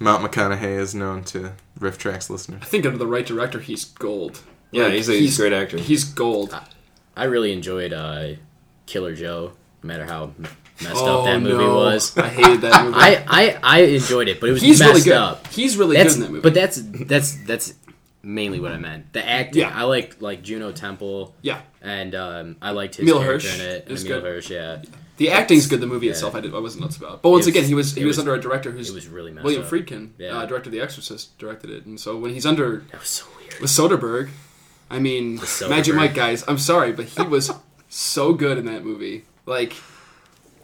Mount McConaughey is known to Riff Tracks listeners. I think under the right director, he's gold. Yeah, Like, he's a- he's a great actor. He's gold. Ah, I really enjoyed uh, Killer Joe, no matter how messed oh, up that movie no. was. I hated that movie. I, I, I enjoyed it, but it was he's messed really good. up. He's really That's, good in that movie. But that's that's that's mainly what I meant. The acting. Yeah. I like like Juno Temple. yeah, And um, I liked his Emil character Hirsch in it. is Emil good. Hirsch, yeah. the acting's good. The movie itself, I, did, I wasn't nuts about. But once It was- again, he was he it was, was- under a director who's It was really messed William up. Friedkin, Yeah. uh, director of The Exorcist, directed it. And so when he's under That was so weird. with Soderbergh, I mean Soderbergh. Magic Mike guys. I'm sorry, but he was so good in that movie. Like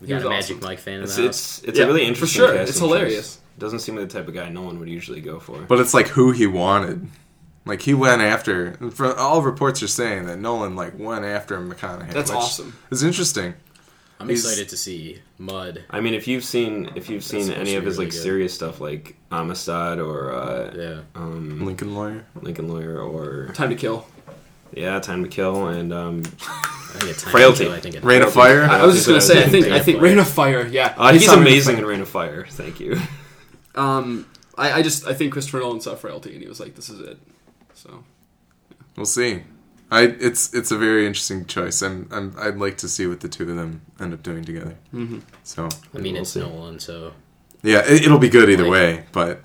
We he got was a Magic awesome. Mike fan in the It's house. it's, it's Yeah, a really for interesting sure. casting It's hilarious. choice. Doesn't seem like the type of guy no one would usually go for. But it's like who he wanted. Like he went after. For all reports are saying that Nolan like went after McConaughey. That's which awesome. Is interesting. I'm he's- excited to see Mud. I mean, if you've seen if you've seen supposed any to of be his really like good. serious stuff like Amistad or uh, Yeah. um, Lincoln lawyer. Lincoln Lawyer or Time to Kill. yeah Time to Kill and um, I think it's time Frailty. to- I think it's Rain of I, fire. I was just gonna say. I think Rain I of think Fire. Rain of Fire. Yeah, uh, he's, on Rain of amazing Fire. in Rain of Fire. Thank you. Um, I, I just I think Christopher Nolan saw frailty and he was like, "This is it." So We'll see. I it's it's a very interesting choice. I'm, I'm I'd like to see what the two of them end up doing together. Mm-hmm. So I mean, We'll it's see. Nolan, so yeah, it, it'll be good either Like- way. But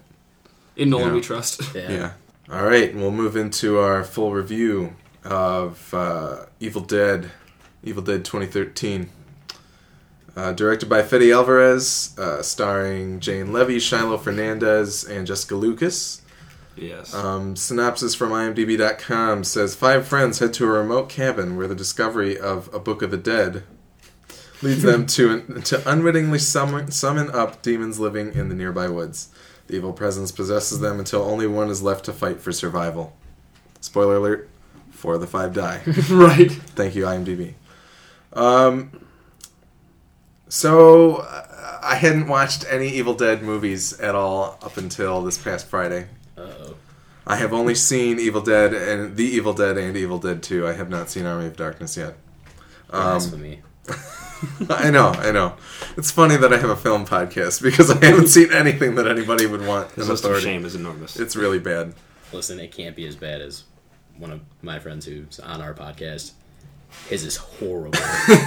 in Nolan Yeah. we trust. yeah. yeah. All right, we'll move into our full review of uh, Evil Dead, Evil Dead 2013. Uh, directed by Fede Alvarez, uh, starring Jane Levy, Shiloh Fernandez, and Jessica Lucas. Yes. Um, synopsis from IMDb.com says Five friends head to a remote cabin where the discovery of a book of the dead leads them to, to unwittingly summon, summon up demons living in the nearby woods. The evil presence possesses them until only one is left to fight for survival. Spoiler alert four of the five die. right. Thank you, IMDb. Um, so uh, I hadn't watched any Evil Dead movies at all up until this past Friday. Uh-oh. I have only seen Evil Dead and The Evil Dead and Evil Dead 2. I have not seen Army of Darkness yet. um, Blasphemy. I know, I know. It's funny that I have a film podcast because I haven't seen anything that anybody would want This in list of authority. shame is enormous. It's really bad. Listen, it can't be as bad as one of my friends who's on our podcast. His is horrible.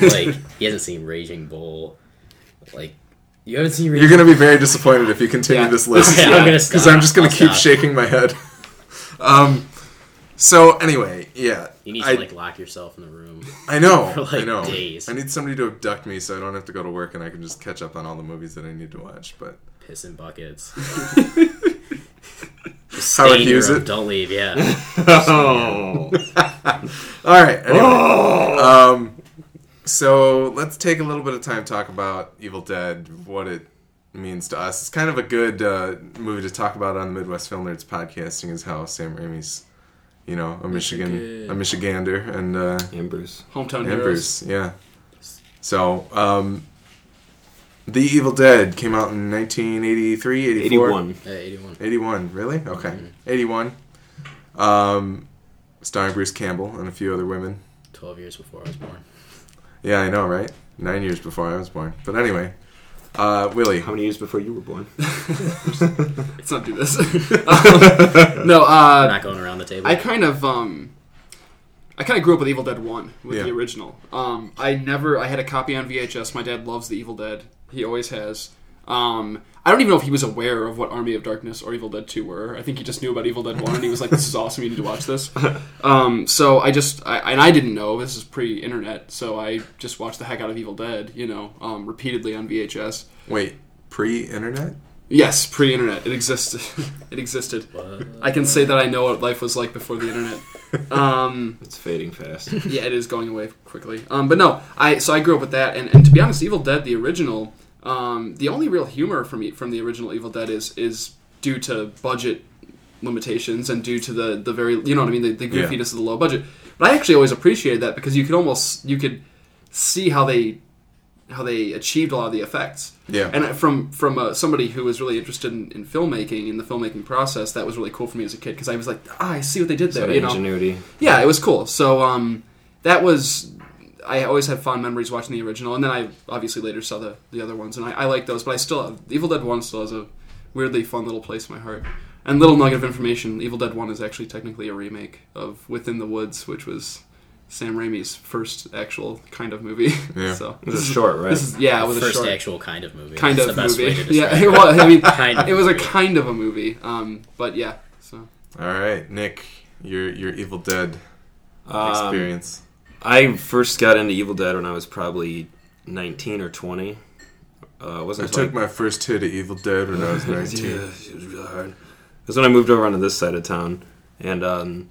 like he hasn't seen Raging Bull. Like you haven't seen You're Raging. going to be very disappointed if you continue Yeah. this list. Okay, I'm gonna Because stop. I'm just going I'll to keep stop. shaking my head. um, so, anyway, yeah. You need to I, like lock yourself in the room. I know. for, like, I know. days. I need somebody to abduct me so I don't have to go to work and I can just catch up on all the movies that I need to watch. But piss in buckets. How I Stay in your use room, it? Don't leave. Yeah. oh. All right. Anyway, um, so let's take a little bit of time to talk about Evil Dead, what it means to us. It's kind of a good uh, movie to talk about on the Midwest Film Nerds podcasting. Is how Sam Raimi's, you know, a Michigan, Michigan. a Michigander, and uh, And Bruce. Hometown and heroes. Bruce, yeah. So, um, The Evil Dead came out in 1983, 84? 81. Uh, 81. 81, really? Mm-hmm. Okay. 81. Um, starring Bruce Campbell and a few other women. 12 years before I was born. Yeah, I know, right? Nine years before I was born. But anyway, uh, Willie. How many years before you were born? Let's not do this. Um, no, I'm uh, not going around the table. I kind of um, I kind of grew up with Evil Dead One with the Yeah. original. Um, I never. I had a copy on VHS. My dad loves the Evil Dead. He always has. Um, I don't even know if he was aware of what Army of Darkness or Evil Dead Two were. I think he just knew about Evil Dead One, and he was like, "This is awesome. You need to watch this." Um, so I just, I, and I didn't know this is pre-internet, so I just watched the heck out of Evil Dead, you know, um, repeatedly on VHS. Wait, pre-internet? Yes, pre-internet. It existed. it existed. What? I can say that I know what life was like before the internet. Um, It's fading fast. yeah, it is going away quickly. Um, but no, I so I grew up with that, and, and to be honest, Evil Dead the original, um, the only real humor from e- from the original Evil Dead is is due to budget limitations and due to the the very you know what I mean the, the Yeah. goofiness of the low budget. But I actually always appreciated that because you could almost you could see how they how they achieved a lot of the effects. Yeah. And from from uh, somebody who was really interested in, in filmmaking in the filmmaking process, that was really cool for me as a kid because I was like, ah, I see what they did So there. You know ingenuity. yeah, it was cool. So um, that was I always had fond memories watching the original, and then I obviously later saw the, the other ones, and I, I like those. But I still Evil Dead One still has a weirdly fun little place in my heart. And little nugget of information: Evil Dead One is actually technically a remake of Within the Woods, which was Sam Raimi's first actual kind of movie. Yeah. so This is short, right? this is yeah, it was First a short actual kind of movie. kind That's of the best movie. Way to yeah, describe it was. I mean, Kind of it was a movie. kind of a movie. Um, but yeah, so All right, Nick, your your Evil Dead Um, experience. I first got into Evil Dead when I was probably 19 or 20. Uh, it I wasn't until took my first hit of Evil Dead when I was 19. Yeah, it was really hard. That's when I moved over onto this side of town, and um,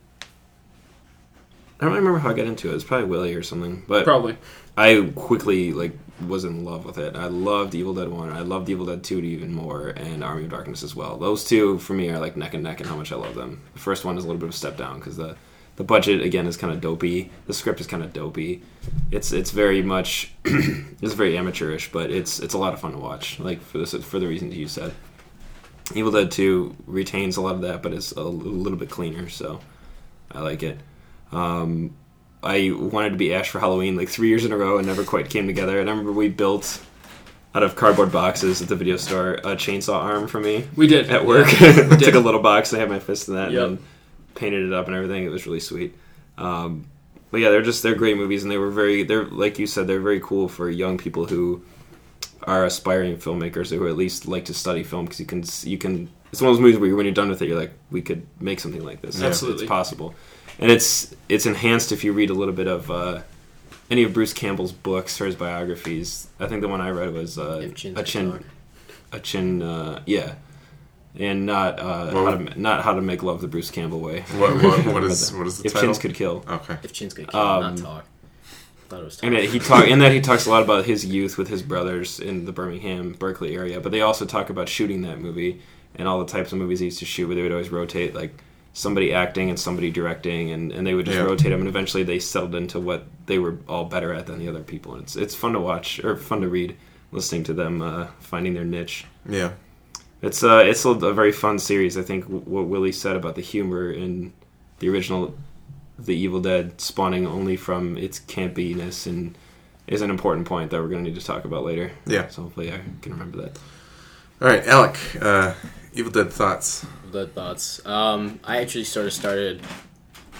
I don't remember how I got into it. It was probably Willie or something, but probably I quickly like was in love with it. I loved Evil Dead One. I loved Evil Dead Two even more, and Army of Darkness as well. Those two for me are like neck and neck, and how much I love them. The first one is a little bit of a step down because the the budget again is kind of dopey. The script is kind of dopey. It's it's very much it's very amateurish, but it's it's a lot of fun to watch. Like for this for the reasons you said, Evil Dead Two retains a lot of that, but it's a little bit cleaner. So I like it. Um, I wanted to be Ash for Halloween like three years in a row and never quite came together. And I remember we built out of cardboard boxes at the video store a chainsaw arm for me we did at work. Yeah. I did. took a little box and I had my fist in that Yep. and then painted it up and everything. It was really sweet. Um, but yeah, they're just they're great movies and they were very they're like you said they're very cool for young people who are aspiring filmmakers or who at least like to study film because you can you can it's one of those movies where when you're done with it you're like we could make something like this It's- Absolutely. it's possible and it's it's enhanced if you read a little bit of uh, any of Bruce Campbell's books or his biographies. I think the one I read was uh, If Chin's a chin, Gone. a chin, uh, yeah, and not uh, Well- how to Ma- not how to make love the Bruce Campbell way. What, what, what is what is the if title? chins could kill? okay. If Chin's gonna kill, Um, not talk. Thought it was talk. And that he talk in that he talks a lot about his youth with his brothers in the Birmingham, Berkeley area. But they also talk about shooting that movie and all the types of movies he used to shoot, where they would always rotate like somebody acting and somebody directing, and, and they would just Yeah. rotate them. And eventually, they settled into what they were all better at than the other people. And it's it's fun to watch or fun to read, listening to them uh, finding their niche. Yeah. It's uh, it's a, a very fun series. I think w- what Willie said about the humor in the original, The Evil Dead, spawning only from its campiness and is an important point that we're going to need to talk about later. Yeah. So hopefully I can remember that. All right, Alec. Uh, Evil Dead thoughts. the thoughts. Um, I actually sort of started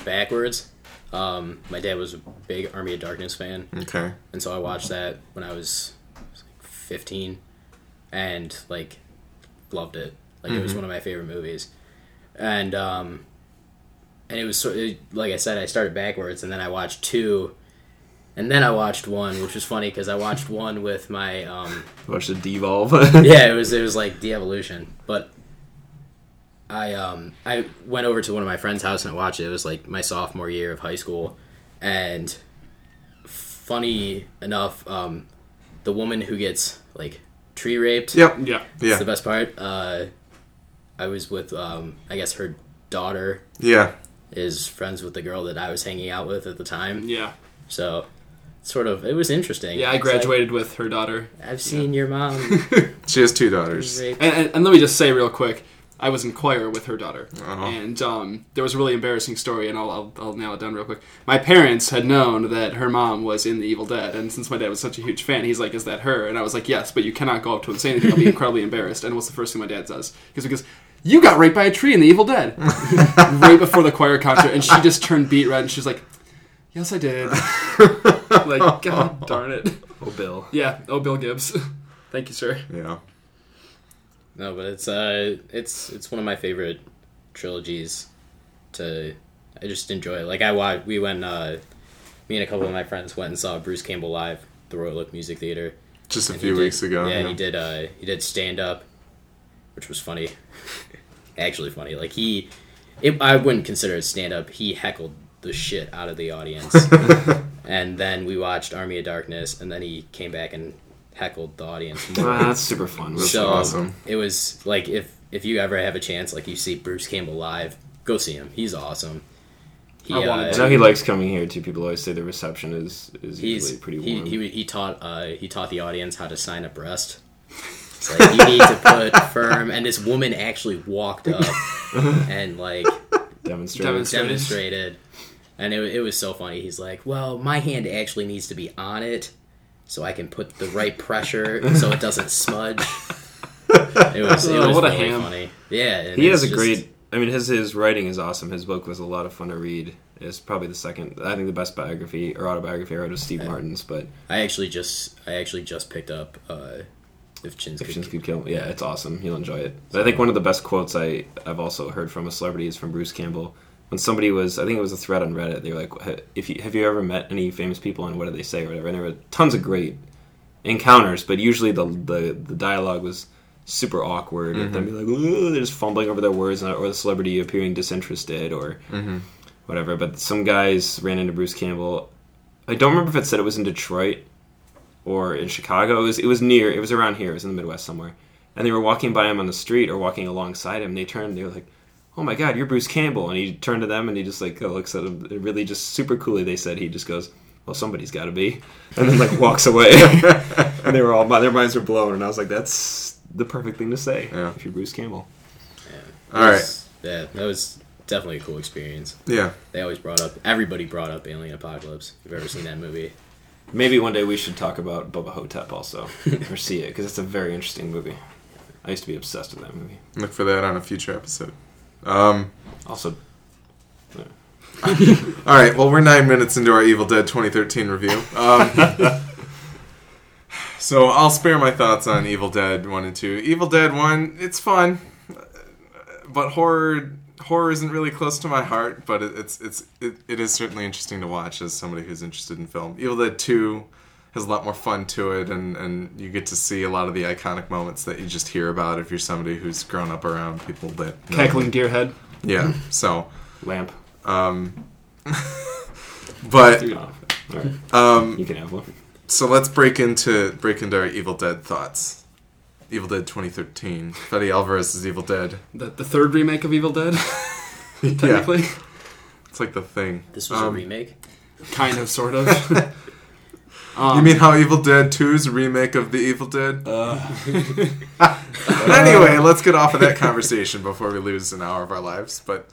backwards. Um, my dad was a big Army of Darkness fan, Okay. and so I watched that when I was like, 15, and like loved it. Like it was one of my favorite movies, and um, and it was sort it, like I said, I started backwards, and then I watched two, and then I watched one, which was funny because I watched one with my um, Watch the devolve. yeah, it was it was like de evolution. But I um I went over to one of my friend's house and I watched it. It was like my sophomore year of high school, and funny enough, um, the woman who gets like tree raped. Yep. Yeah. That's the Yeah. best part. Uh, I was with um I guess her daughter Yeah. is friends with the girl that I was hanging out with at the time. Yeah. So sort of it was interesting. Yeah, I It's like, graduated with her daughter. I've seen your mom She has two daughters. raped. And, and, and let me just say real quick, I was in choir with her daughter, Uh-huh. and um, there was a really embarrassing story, and I'll, I'll, I'll nail it down real quick. My parents had known that her mom was in The Evil Dead, and since my dad was such a huge fan, he's like, "Is that her?" And I was like, "Yes," but you cannot go up to him and say anything. I'll be incredibly embarrassed. And what's the first thing my dad says? Because because you got raped by a tree in The Evil Dead right before the choir concert, and she just turned beat red, and she's like, "Yes, I did." like, God darn it. oh, Bill. Yeah. Oh, Bill Gibbs. Thank you, sir. Yeah. No, but it's uh, it's it's one of my favorite trilogies. To I just enjoy it. Like I watched, we went, uh, me and a couple of my friends went and saw Bruce Campbell live, at the Royal Oak Music Theater. Just a And few he did- weeks ago. yeah, and he did. Uh, he did stand up, which was funny, actually funny. Like he, it, I wouldn't consider it stand up. He heckled the shit out of the audience, and then we watched Army of Darkness, and then he came back and heckled the audience more. Ah, that's super fun. That's So awesome. it was like if if you ever have a chance, like you see Bruce Campbell live, go see him. He's awesome. He, I wanted I uh, know he likes coming here too. People always say the reception is is he's usually pretty he, warm. he he taught uh, he taught the audience how to sign a breast. It's like you need to put firm, and this woman actually walked up and like Demonstrate. Demonstrate. demonstrated, and it, wa- it was so funny. He's like, "Well, my hand actually needs to be on it, so I can put the right pressure, so it doesn't smudge." It was, it Uh, Oh, was what a really ham. funny. Yeah, and He it's has a just- great. I mean, his his writing is awesome. His book was a lot of fun to read. It's probably the second. I think the best biography or autobiography I read was Steve Martin's, but I actually just I actually just picked up uh, if chins If Chins could. Could Kill. Yeah, it's awesome. You'll enjoy it. But I think one of the best quotes I, I've also heard from a celebrity is from Bruce Campbell. When somebody was, I think it was a thread on Reddit, they were like, "Ha- if you, Have you ever met any famous people and what did they say or whatever? And there were tons of great encounters, but usually the the, the dialogue was super awkward. And they'd be like, "Ooh," they're just fumbling over their words, and- or the celebrity appearing disinterested or whatever. But some guys ran into Bruce Campbell. I don't remember if it said it was in Detroit or in Chicago. It was, it was near, it was around here, it was in the Midwest somewhere. And they were walking by him on the street or walking alongside him. And they turned and they were like, oh my God, you're Bruce Campbell. And he turned to them and he just like looks at them really just super coolly. They said, he just goes, well, somebody's got to be. And then like walks away. and they were all, their minds were blown. And I was like, that's the perfect thing to say Yeah. if you're Bruce Campbell. All right. Yes. Yeah, that was definitely a cool experience. Yeah. They always brought up everybody brought up Alien Apocalypse. If you've ever seen that movie, Maybe one day we should talk about Bubba Hotep also or see it because it's a very interesting movie. I used to be obsessed with that movie. Look for that on a future episode. Um, Also, all right. Well, we're nine minutes into our Evil Dead 2013 review. Um, so I'll spare my thoughts on Evil Dead 1 and 2. Evil Dead 1, it's fun, but horror horror isn't really close to my heart, but it, it's it's it, it is certainly interesting to watch as somebody who's interested in film. Evil Dead Two has a lot more fun to it, and and you get to see a lot of the iconic moments that you just hear about if you're somebody who's grown up around people that know- Cackling deer head. Yeah, so. Lamp. Um, but Oh, all right. um, You can have one. so let's break into break into our Evil Dead thoughts. Evil Dead 2013. Freddy Alvarez is Evil Dead. The, the third remake of Evil Dead, yeah, technically. it's like the thing. This was a Um, remake. Kind of, sort of. um, You mean how Evil Dead 2 is a remake of the Evil Dead? Uh, But anyway, let's get off of that conversation before we lose an hour of our lives. But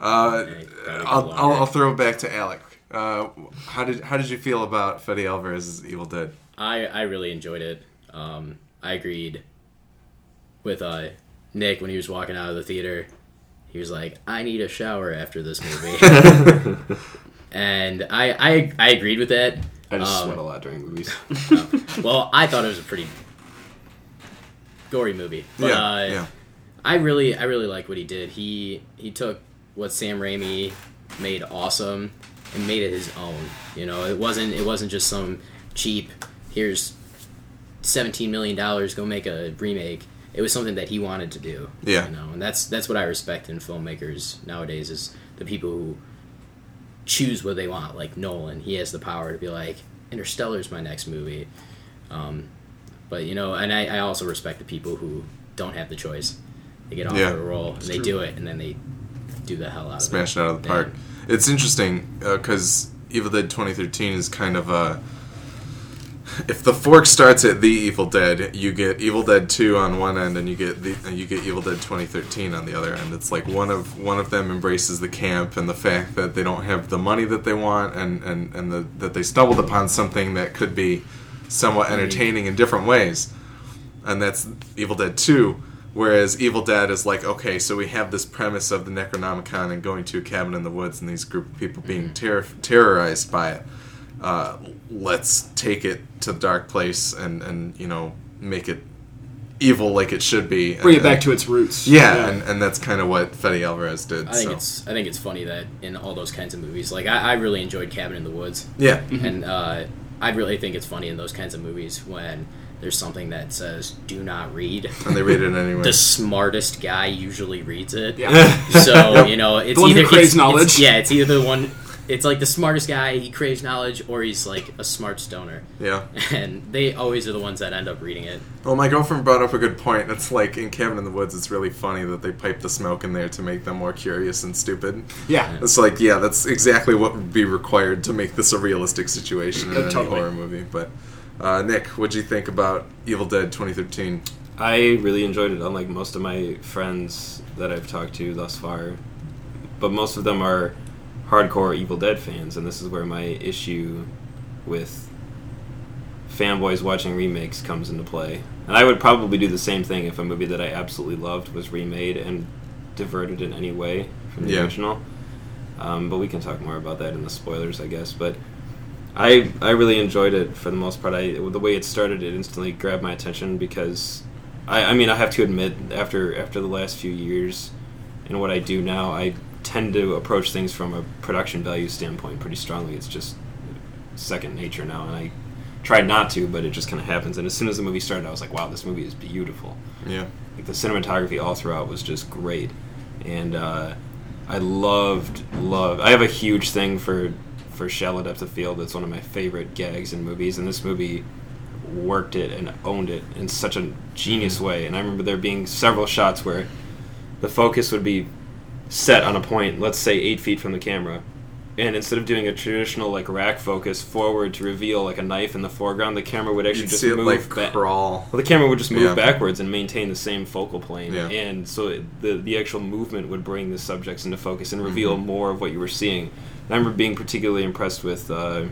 uh, I'll, I'll, I'll throw it back to Alec. Uh, how did how did you feel about Freddy Alvarez's Evil Dead? I I really enjoyed it. Um, I agreed with uh, Nick when he was walking out of the theater. He was like, "I need a shower after this movie," and I, I I agreed with that. I just Um, sweat a lot during movies. Well, I thought it was a pretty gory movie. But, yeah, uh, yeah, I really I really like what he did. He he took what Sam Raimi made awesome and made it his own. You know, it wasn't it wasn't just some cheap here's 17 million dollars go make a remake. It was something that he wanted to do. Yeah. You know, and that's that's what I respect in filmmakers nowadays is the people who choose what they want. Like Nolan, he has the power to be like Interstellar's my next movie. Um, but you know, and I, I also respect the people who don't have the choice. They get offered Yeah. a role and they true. do it, and then they do the hell out smash it out of the park. It's interesting because Evil Dead 2013 is kind of a. If the fork starts at the Evil Dead, you get Evil Dead 2 on one end, and you get the and you get Evil Dead 2013 on the other end. It's like one of one of them embraces the camp and the fact that they don't have the money that they want, and and and the, that they stumbled upon something that could be somewhat entertaining in different ways and that's Evil Dead 2. Whereas Evil Dead is like, okay, so we have this premise of the Necronomicon and going to a cabin in the woods and these group of people Mm-hmm. being terror- terrorized by it. Uh, let's take it to the dark place and, and you know make it evil like it should be. bring it And- back to its roots. yeah, And, and that's kind of what Fede Alvarez did. I think so. it's I think it's funny that in all those kinds of movies, like I, I really enjoyed Cabin in the Woods, yeah, and uh, I really think it's funny in those kinds of movies when there's something that says "do not read." and they read it anyway. The smartest guy usually reads it. Yeah. So you know, it's The one who either craves it's- knowledge. it's- yeah, it's either the one. It's like the smartest guy he craves knowledge, or he's like a smart stoner, yeah. and they always are the ones that end up reading it. Well, my girlfriend brought up a good point. It's like in Cabin in the Woods, it's really funny that they pipe the smoke in there to make them more curious and stupid. yeah. It's like, yeah, that's exactly what would be required to make this a realistic situation in Uh, any totally. horror movie. But uh, Nick, what'd you think about Evil Dead 2013? I really enjoyed it, unlike most of my friends that I've talked to thus far. But most of them are hardcore Evil Dead fans, and this is where my issue with fanboys watching remakes comes into play. And I would probably do the same thing if a movie that I absolutely loved was remade and diverted in any way from the Yeah. original. Um, but we can talk more about that in the spoilers, I guess. But I I really enjoyed it for the most part. I the way it started, it instantly grabbed my attention because I, I mean I have to admit after after the last few years and what I do now, I tend to approach things from a production value standpoint pretty strongly. It's just second nature now, and I tried not to, but it just kind of happens. And as soon as the movie started, I was like, wow, this movie is beautiful Yeah, like the cinematography all throughout was just great and uh, i loved loved i have a huge thing for for shallow depth of field that's one of my favorite gags in movies and this movie worked it and owned it in such a Mm-hmm. genius way and i remember there being several shots where the focus would be set on a point let's say eight feet from the camera and instead of doing a traditional like rack focus forward to reveal like a knife in the foreground the camera would actually you'd just see it move like back crawl. well, the camera would just move Yeah. backwards and maintain the same focal plane, Yeah. and so it, the the actual movement would bring the subjects into focus and reveal Mm-hmm. more of what you were seeing. And I remember being particularly impressed with. Uh,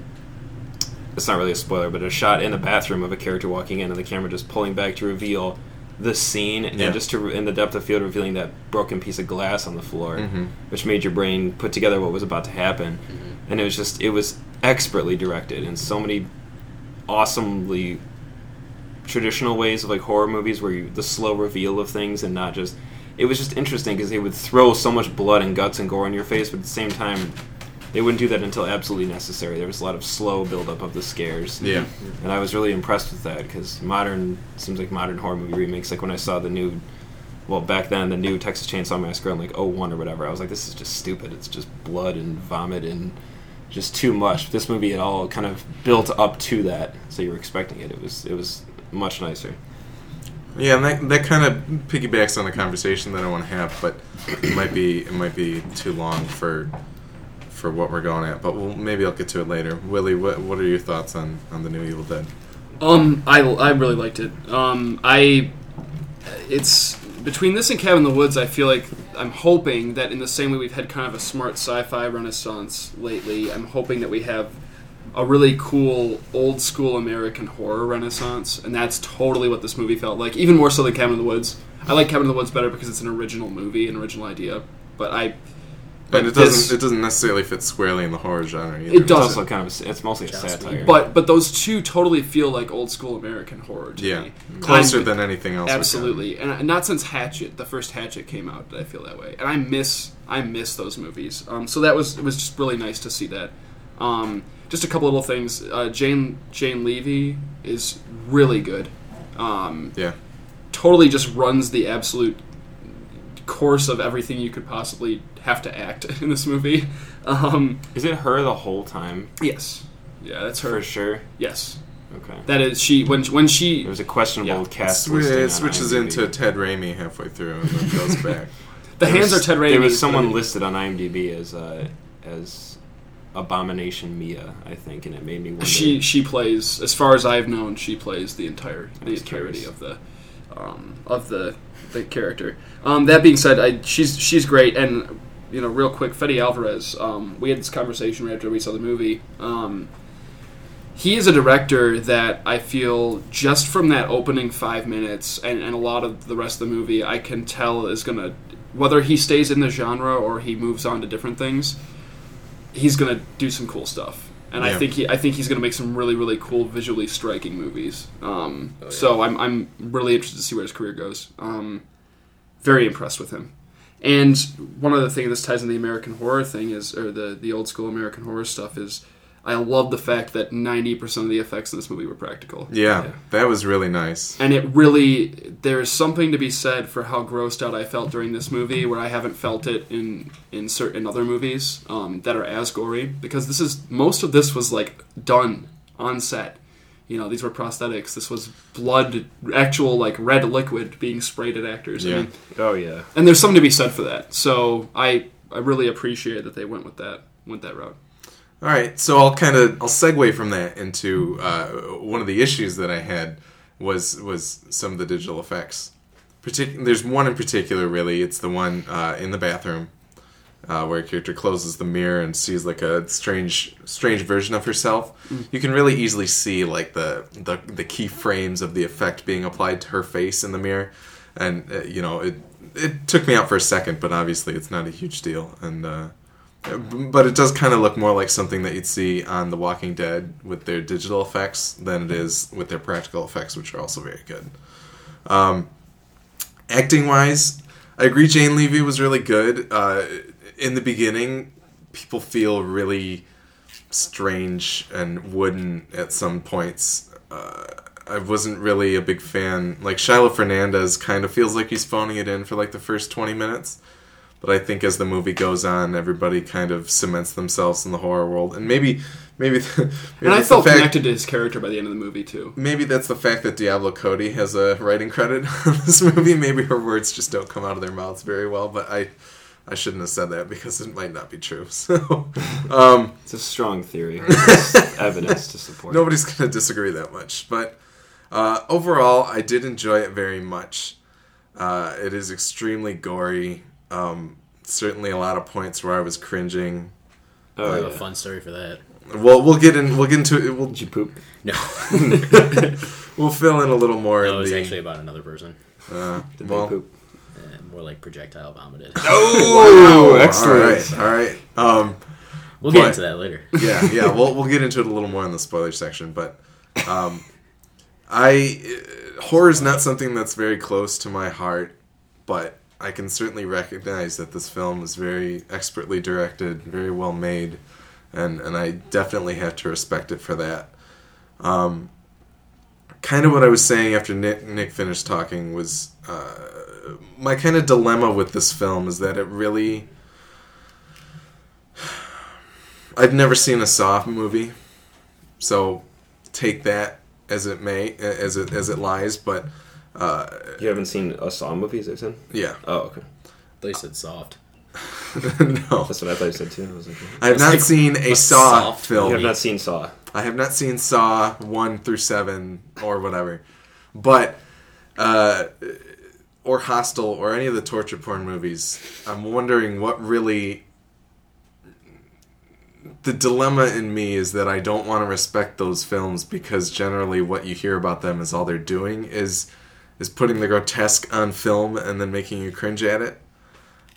it's not really a spoiler, but a shot in the bathroom of a character walking in, and the camera just pulling back to reveal the scene, Yeah. and just to in the depth of field revealing that broken piece of glass on the floor, Mm-hmm. which made your brain put together what was about to happen, and it was just it was expertly directed in so many awesomely traditional ways of like horror movies where you the slow reveal of things and not just it was just interesting because they would throw so much blood and guts and gore in your face, but at the same time, they wouldn't do that until absolutely necessary. There was a lot of slow buildup of the scares. Yeah. And I was really impressed with that because modern seems like modern horror movie remakes. Like when I saw the new, well back then the new Texas Chainsaw Massacre in like 01 or whatever, I was like, this is just stupid. It's just blood and vomit and just too much. This movie it all kind of built up to that, so you were expecting it. It was it was much nicer. Yeah, and that, that kind of piggybacks on the conversation that I want to have, but it might be it might be too long for for what we're going at. But we'll, maybe I'll get to it later. Willie, what, what are your thoughts on, on the new Evil Dead? Um, I, I really liked it. Um, I it's between this and Cabin in the Woods. I feel like I'm hoping that in the same way we've had kind of a smart sci-fi renaissance lately, I'm hoping that we have a really cool old school American horror renaissance, and that's totally what this movie felt like. Even more so than Cabin in the Woods. I like Cabin in the Woods better because it's an original movie, an original idea. But I, but And it this- doesn't it doesn't necessarily fit squarely in the horror genre either. It It's does. also kind of a, it's mostly a satire. But but those two totally feel like old school American horror to Yeah, me. closer I'm- than anything else. we've done. Absolutely, and I- not since Hatchet, the first Hatchet came out, did I feel that way. And I miss, I miss those movies. Um, so that was it was just really nice to see that. Um, just a couple little things. Uh, Jane Jane Levy is really good. Um, Yeah, totally just runs the absolute course of everything you could possibly have to act in this movie. Um, Is it her the whole time? yes, yeah, that's her. For sure. Yes, Okay. that is she. When when she There was a questionable Yeah. cast. Swi- listing on it switches IMDb. into Ted Raimi halfway through and then goes back. the There hands was- are Ted Raimi. There was someone but- listed on IMDb as uh, as Abomination Mia, I think, and it made me wonder. she she plays as far as I've known she plays the entire the was entirety curious. of the um, of the the character. Um, that being said, I, she's she's great and you know real quick, Fede Alvarez. Um, we had this conversation right after we saw the movie. Um, he is a director that I feel just from that opening five minutes and, and a lot of the rest of the movie, I can tell is gonna whether he stays in the genre or he moves on to different things, he's gonna do some cool stuff. And I Yeah. think he, I think he's gonna make some really really cool visually striking movies. Um, yeah. So I'm I'm really interested to see where his career goes. Um, very impressed with him. And one other thing this ties in the American horror thing is, or the the old school American horror stuff is, I love the fact that ninety percent of the effects in this movie were practical, Yeah, that was really nice. and it really there is something to be said for how grossed out I felt during this movie, where I haven't felt it in in certain other movies um, that are as gory, because this is most of this was like done on set. You know, these were prosthetics. This was blood, actual like red liquid being sprayed at actors. I Yeah. mean, Oh yeah. and there's something to be said for that. So I I really appreciate that they went with that went that route. All right, so I'll kind of I'll segue from that into uh, one of the issues that I had was was some of the digital effects. Partic- there's one in particular, really. It's the one uh, in the bathroom uh, where a character closes the mirror and sees like a strange strange version of herself. You can really easily see like the the, the key frames of the effect being applied to her face in the mirror, and uh, you know it it took me out for a second, but obviously it's not a huge deal and. Uh, but it does kind of look more like something that you'd see on The Walking Dead with their digital effects than it is with their practical effects, which are also very good. Um, acting wise, I agree Jane Levy was really good. Uh, in the beginning, people feel really strange and wooden at some points. Uh, I wasn't really a big fan. Like Shiloh Fernandez kind of feels like he's phoning it in for like the first 20 minutes. But I think as the movie goes on, everybody kind of cements themselves in the horror world, and maybe, maybe, maybe And I that's the felt fact- connected to his character by the end of the movie too. Maybe that's the fact that Diablo Cody has a writing credit on this movie. Maybe her words just don't come out of their mouths very well, but I I shouldn't have said that because it might not be true. So um, It's a strong theory. There's evidence to support. it. nobody's going to disagree that much. But uh, overall, I did enjoy it very much. Uh, it is extremely gory. Um, certainly, a lot of points where I was cringing. I Oh have a yeah. fun story for that. Well, we'll get in. We'll get into it. We'll Did you poop? No, we'll fill in a little more. no it in was the, actually about another person. uh, Did well, they poop? Eh, more like projectile vomited. Oh, excellent. All right. All right. Um, We'll get But- into that later. yeah, yeah. We'll we'll get into it a little more in the spoiler section, but um, I uh, horror is not something that's very close to my heart, but I can certainly recognize that this film is very expertly directed, very well made, and and I definitely have to respect it for that. Um, kind of what I was saying after Nick, Nick finished talking was uh, my kind of dilemma with this film is that it really. I've never seen a Saw movie, so take that as it may, as it as it lies. But uh, You haven't seen a Saw movie, is it? yeah, Oh, okay. They said soft. no, That's what I thought you said too. I was like, "Mm-hmm." I have It's not like seen a a Saw soft you have film. not seen Saw. I have not seen Saw one through seven or whatever, but uh, or Hostel or any of the torture porn movies. I'm wondering what really the dilemma in me is that I don't want to respect those films because generally what you hear about them is all they're doing is is putting the grotesque on film and then making you cringe at it.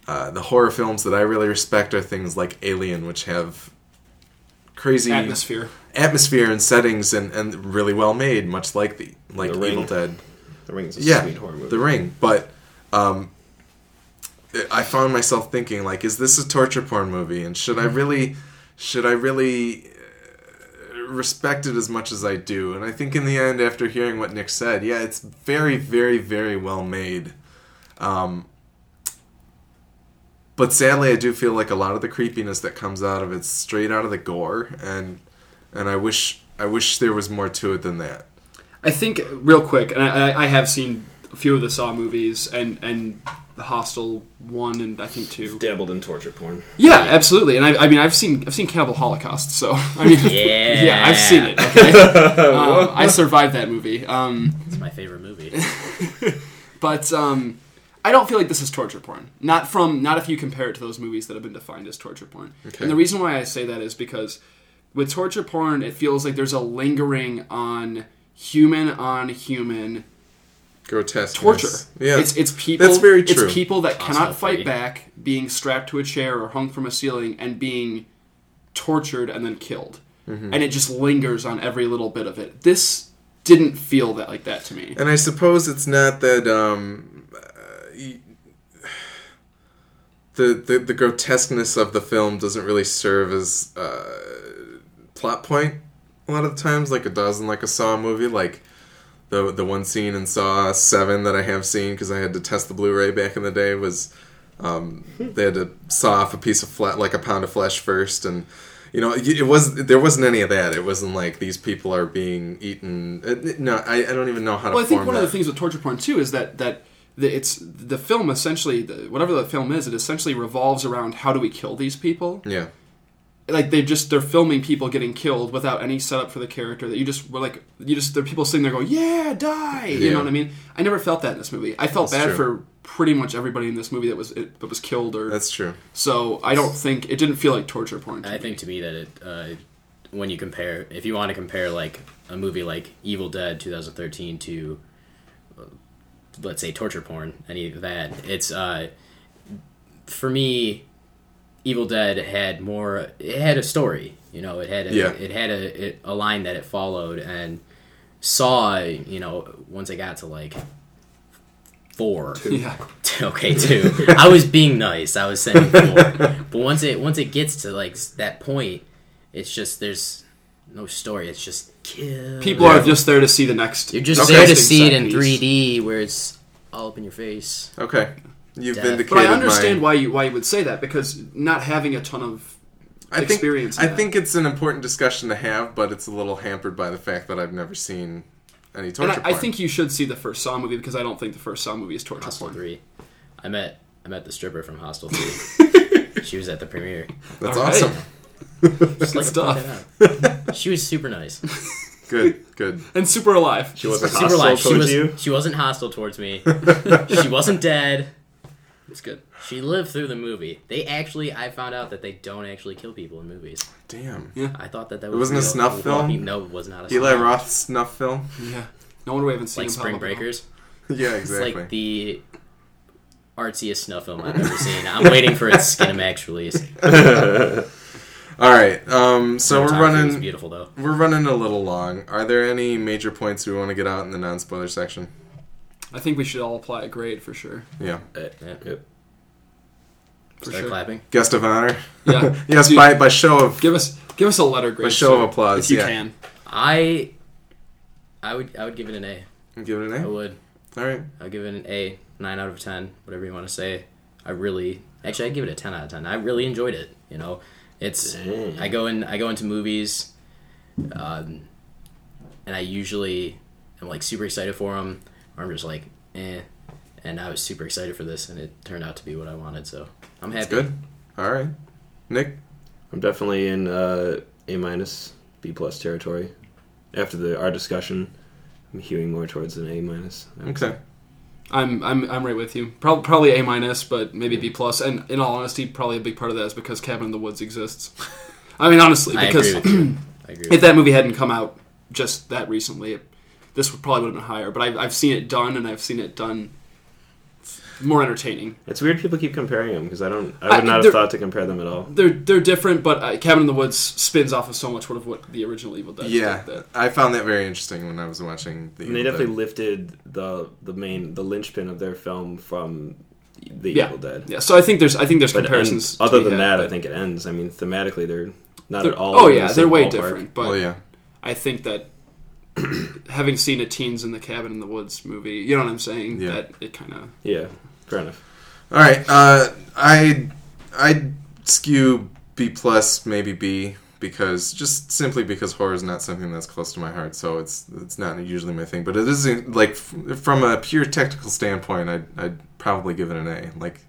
Uh, the horror films that I really respect are things like Alien, which have crazy Atmosphere. atmosphere and settings and, and really well made, much like the like The Ring. Evil Dead. The Ring is a Yeah, sweet horror movie. The Ring. But um, I found myself thinking like, is this a torture porn movie? And should I Mm-hmm. really, should I really uh, respect it as much as I do? And I think in the end, after hearing what Nick said, yeah, it's very, very, very well made. Um, but sadly, I do feel like a lot of the creepiness that comes out of it's straight out of the gore, and and I wish I wish there was more to it than that. I think real quick, and I, I- I have seen a few of the Saw movies and and the Hostel one and I think two. Dabbled in torture porn. Yeah, absolutely. And I, I mean, I've seen I've seen Cannibal Holocaust, so I mean, Yeah. yeah, I've seen it. Okay? um, I survived that movie. Um, It's my favorite movie. But um, I don't feel like this is torture porn. Not from not if you compare it to those movies that have been defined as torture porn. Okay. And the reason why I say that is because with torture porn, it feels like there's a lingering on human on human Grotesque torture. Yeah, it's it's people. That's very true. It's people that cannot Hostile fight prey. back, being strapped to a chair or hung from a ceiling, and being tortured and then killed. Mm-hmm. And it just lingers on every little bit of it. This didn't feel that like that to me. And I suppose it's not that um, uh, y- the, the the grotesqueness of the film doesn't really serve as uh, plot point a lot of the times, like it does in like a Saw movie, like the the one scene in Saw Seven that I have seen because I had to test the Blu-ray back in the day was um, Hmm. they had to saw off a piece of flesh, like a pound of flesh first, and you know it was there wasn't any of that. It wasn't like these people are being eaten. It- it- No, I, I don't even know how to. Well, I think form one of the that. things with torture porn too is that that the, it's the film essentially the, whatever the film is, it essentially revolves around how do we kill these people. Yeah, Like they just they're filming people getting killed without any setup for the character. That you just were like you just there are people sitting there going yeah die. You Yeah. know what I mean? I never felt that in this movie. I felt That's bad true. for pretty much everybody in this movie that was that was killed or that's true. so. I don't think it didn't feel like torture porn. To I me. think to me that it, uh, when you compare, if you want to compare like a movie like Evil Dead 2013 to, uh, let's say torture porn, any of that, it's uh, for me, Evil Dead had more. It had a story, you know. It had a, Yeah. it had a, it, a line that it followed and saw. You know, once I got to like four, yeah. okay too i was being nice i was saying four but once it once it gets to like s- that point it's just there's no story it's just kill People Yeah. are just there to see the next. you're just Okay. there to Interesting see it set in piece. 3d where it's all up in your face Okay, you've Death. vindicated. But I understand my, why you why you would say that because not having a ton of I think, experience in I that. think it's an important discussion to have, but it's a little hampered by the fact that I've never seen any torture. And I, I porn. think you should see the first Saw movie because I don't think the first Saw movie is torture hostel porn. 3 i met i met the stripper from hostel 3 she was at the premiere that's All right. awesome. just like stuff. to point that out. she was super nice Good, good. And Super Alive. She wasn't super hostile life she towards was you. she wasn't hostile towards me she wasn't dead It's good. she lived through the movie they actually i found out that they don't actually kill people in movies Damn. I thought that that was wasn't a real. snuff film? Walking- No, it was not a Eli snuff. Roth's snuff film. Yeah. No wonder we haven't seen like him Spring pop up at all. Breakers. yeah, It's exactly. like the artsiest snuff film I've ever seen. I'm waiting for its Skinamax release. All right. Um, so we're It's running. beautiful though. We're running a little long. Are there any major points we want to get out in the non-spoiler section? I think we should all apply a grade for sure. Yeah. Uh, yeah. Yep. For Start sure. clapping. Guest of honor. Yeah. yes, Dude, by, by show of Give us give us a letter grade. by show sir, of applause. if you yeah. can. I I would I would give it an A. Give it I an would. A. All right. I'd give it an A, nine out of ten, whatever you want to say. I really, actually, I give it a ten out of ten. I really enjoyed it. You know, it's I go in, I go into movies, um, and I usually am like super excited for them, or I'm just like, eh. And I was super excited for this, and it turned out to be what I wanted. So I'm happy. That's good. All right. Nick. I'm definitely in uh, A minus, B plus territory. After the our discussion, I'm hewing more towards an A minus. Okay. I'm I'm I'm right with you. Prob- probably A minus, but maybe B plus. And in all honesty, probably a big part of that is because Cabin in the Woods exists. I mean, honestly, I because agree with you. I agree. if With that movie hadn't come out just that recently, it, this would probably would have been higher. But I've I've seen it done, and I've seen it done more entertaining. It's weird people keep comparing them because I don't. I I- would not they're- have thought to compare them at all. They're they're different, but uh, Cabin in the Woods spins off of so much of what the original Evil Dead. Yeah, did that- I found that very interesting when I was watching the. And they definitely lifted the the main the linchpin of their film from the Yeah. Evil Dead. yeah. So I think there's I think there's But and comparisons. to other be than had, that, I but think it ends. I mean, thematically, they're not they're- at all. Oh in the yeah, they're same way ballpark. different. But Well, Oh, yeah, I think that having seen a teens in the cabin in the woods movie, you know what I'm saying? Yeah. That it kind of Yeah, fair enough. All right. Uh, I I skew B plus maybe B because just simply because horror is not something that's close to my heart, so it's it's not usually my thing. But it is like f- from a pure technical standpoint, I'd, I'd probably give it an A. Like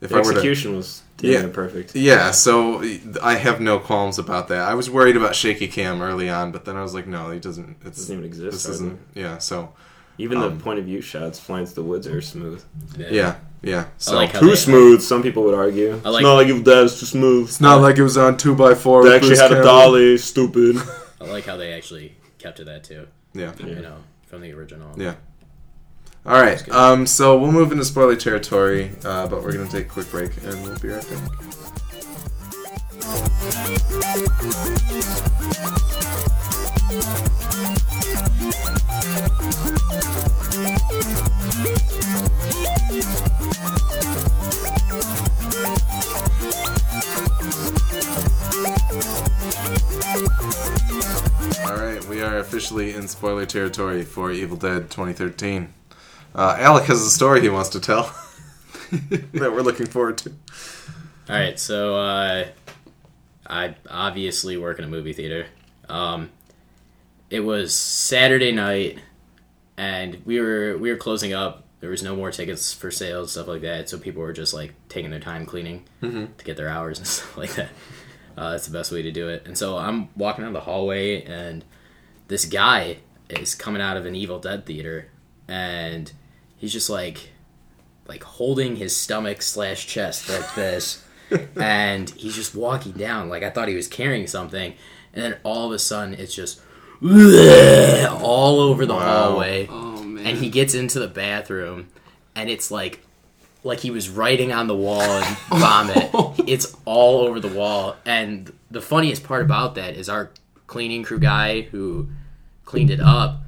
if The I were to. execution was damn Yeah. near perfect. Yeah, so I have no qualms about that. I was worried about shaky cam early on, but then I was like, no, he doesn't. It's, doesn't even exist, This hardly. isn't. Yeah. So Even Um, the point of view shots flying through the woods are smooth. yeah. yeah, yeah. So like how Too they- smooth, some people would argue. I like- it's not like Evil Dead is too smooth. it's not like it was on two by four. they with actually Bruce had a Campbell. dolly. Stupid. I like how they actually kept to that too. Yeah. Yeah. You know, from the original. Yeah. All right. Um, so we'll move into spoiler territory, uh, but we're gonna take a quick break and we'll be right back. All right, we are officially in spoiler territory for Evil Dead 2013. Uh, Alec has a story he wants to tell that we're looking forward to. All right, so uh, I obviously work in a movie theater. Um, it was Saturday night, and we were we were closing up. There was no more tickets for sale, stuff like that. So people were just like taking their time cleaning to get their hours and stuff like that. Uh, that's the best way to do it. And so I'm walking down the hallway, and this guy is coming out of an Evil Dead theater, and he's just like like holding his stomach slash chest like this, and he's just walking down. Like I thought he was carrying something, and then all of a sudden it's just all over the hallway, oh man. and he gets into the bathroom, and it's like like he was writing on the wall and vomit. it's all over the wall, and the funniest part about that is our cleaning crew guy who cleaned it up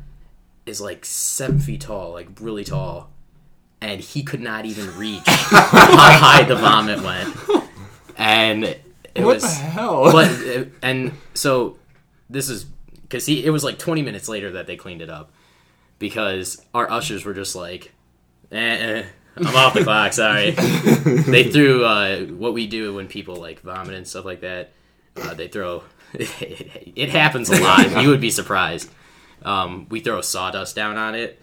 is like seven feet tall, like really tall, and he could not even reach how high the vomit went. And it what was, the hell? but uh, and so this is because he it was like 20 minutes later that they cleaned it up because our ushers were just like, eh, eh, I'm off the clock. Sorry. they threw uh, what we do when people like vomit and stuff like that. Uh, they throw. it happens a lot. you would be surprised. Um, we throw sawdust down on it,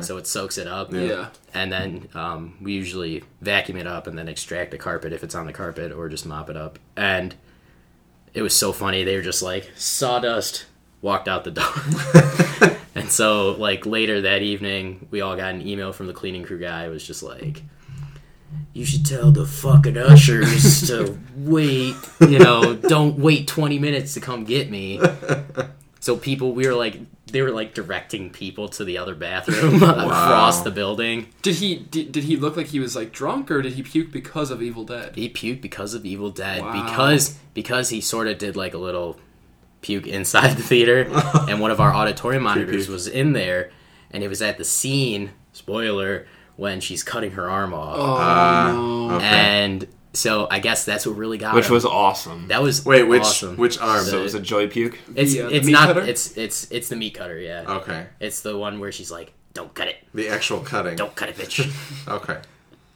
so it soaks it up. Yeah. And then um, we usually vacuum it up and then extract the carpet if it's on the carpet, or just mop it up. And it was so funny. They were just like sawdust walked out the door. and so like later that evening, we all got an email from the cleaning crew guy. It was just like, you should tell the fucking ushers to wait. You know, don't wait twenty minutes to come get me. So people, we were like, they were like directing people to the other bathroom across the building. did he did, did he look like he was like drunk or did he puke because of Evil Dead? He puked because of Evil Dead Wow. because because he sort of did like a little puke inside the theater, and one of our auditorium monitors was in there, and it was at the scene. spoiler when she's cutting her arm off, Uh, Oh Ah, no. okay. and so I guess that's what really got which him. was awesome. that was Wait, which awesome. which arm? so it was a joy puke. it's The, uh, the it's meat not cutter? it's it's it's the meat cutter yeah Okay, it's the one where she's like don't cut it the actual cutting. don't cut it bitch Okay. uh,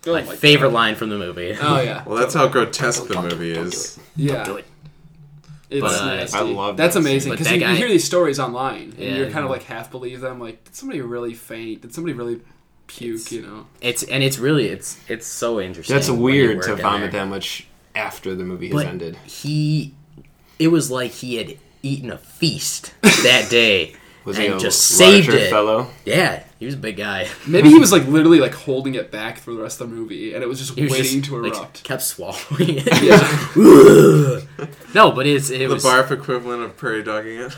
Oh, my favorite line from the movie Oh yeah, Well, that's how grotesque the Don't do it, movie don't do is. yeah. do it It's But, uh, nasty. I love that's that scene. amazing But because that you, guy- you hear these stories online and Yeah, you're kind yeah. of like half believe them. Like, did somebody really faint? Did somebody really puke? you know, it's and it's really it's it's so interesting That's when you weird work to in vomit there. that much after the movie has but ended. he it was like he had eaten a feast that day Was and a just larger saved it fellow? yeah he was a big guy maybe he was like literally like holding it back for the rest of the movie, and it was just he was waiting just, to like, erupt. kept swallowing it no but it's it The was barf equivalent of prairie dogging it.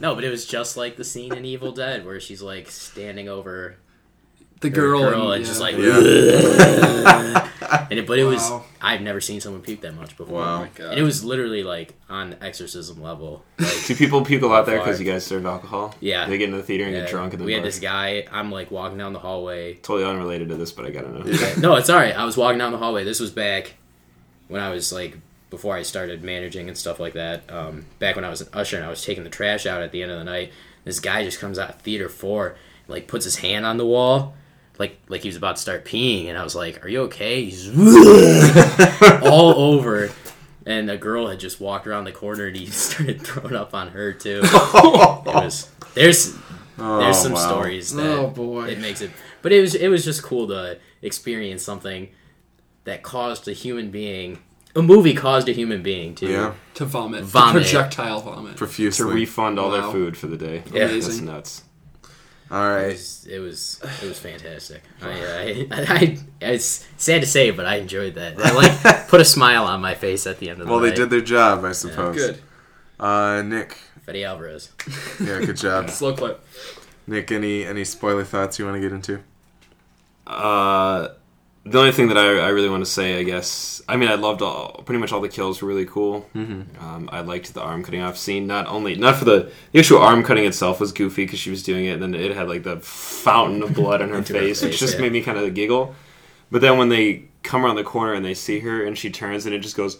no but it was just like the scene in evil dead where she's like standing over the the girl, girl, and yeah. Oh just like Yeah. and it, but it was Wow. i've never seen someone puke that much before Wow. oh my god, and it was literally like on exorcism level like Do people puke a lot there because you guys served alcohol? Yeah. They get into the theater and Yeah, get drunk and then we had barf. this guy. I'm like walking down the hallway. Totally unrelated to this, but I gotta know. no, it's all right. I was walking down the hallway. This was back when I was like before I started managing and stuff like that. Um, back when I was an usher and I was taking the trash out at the end of the night. This guy just comes out of theater four, and, like puts his hand on the wall, like like he was about to start peeing, and I was like, "Are you okay?" He's all over. And a girl had just walked around the corner, and he started throwing up on her too. It was there's there's some Oh, wow. stories that Oh, boy. it makes it but it was it was just cool to experience something that caused a human being a movie caused a human being to Yeah, to vomit, The Vomit. projectile vomit. To profusely. refund all their Wow. food for the day. Yeah. That's Amazing. nuts. all it right. was it was it was fantastic I, I, I, it's sad to say but I enjoyed that that like put a smile on my face at the end of the Well, they night. did their job, I suppose. Good, Uh, Nick. Fede Alvarez Yeah, good job. slow clip. Nick, any any spoiler thoughts you want to get into? Uh, the only thing that I, I really want to say, I guess, I mean, I loved all pretty much all the kills were really cool. Um, I liked the arm cutting off scene. Not only not for the the actual arm cutting itself was goofy because she was doing it, and then it had like the fountain of blood on her Into her face, which face, just yeah. made me kind of giggle. But then when they come around the corner and they see her and she turns and it just goes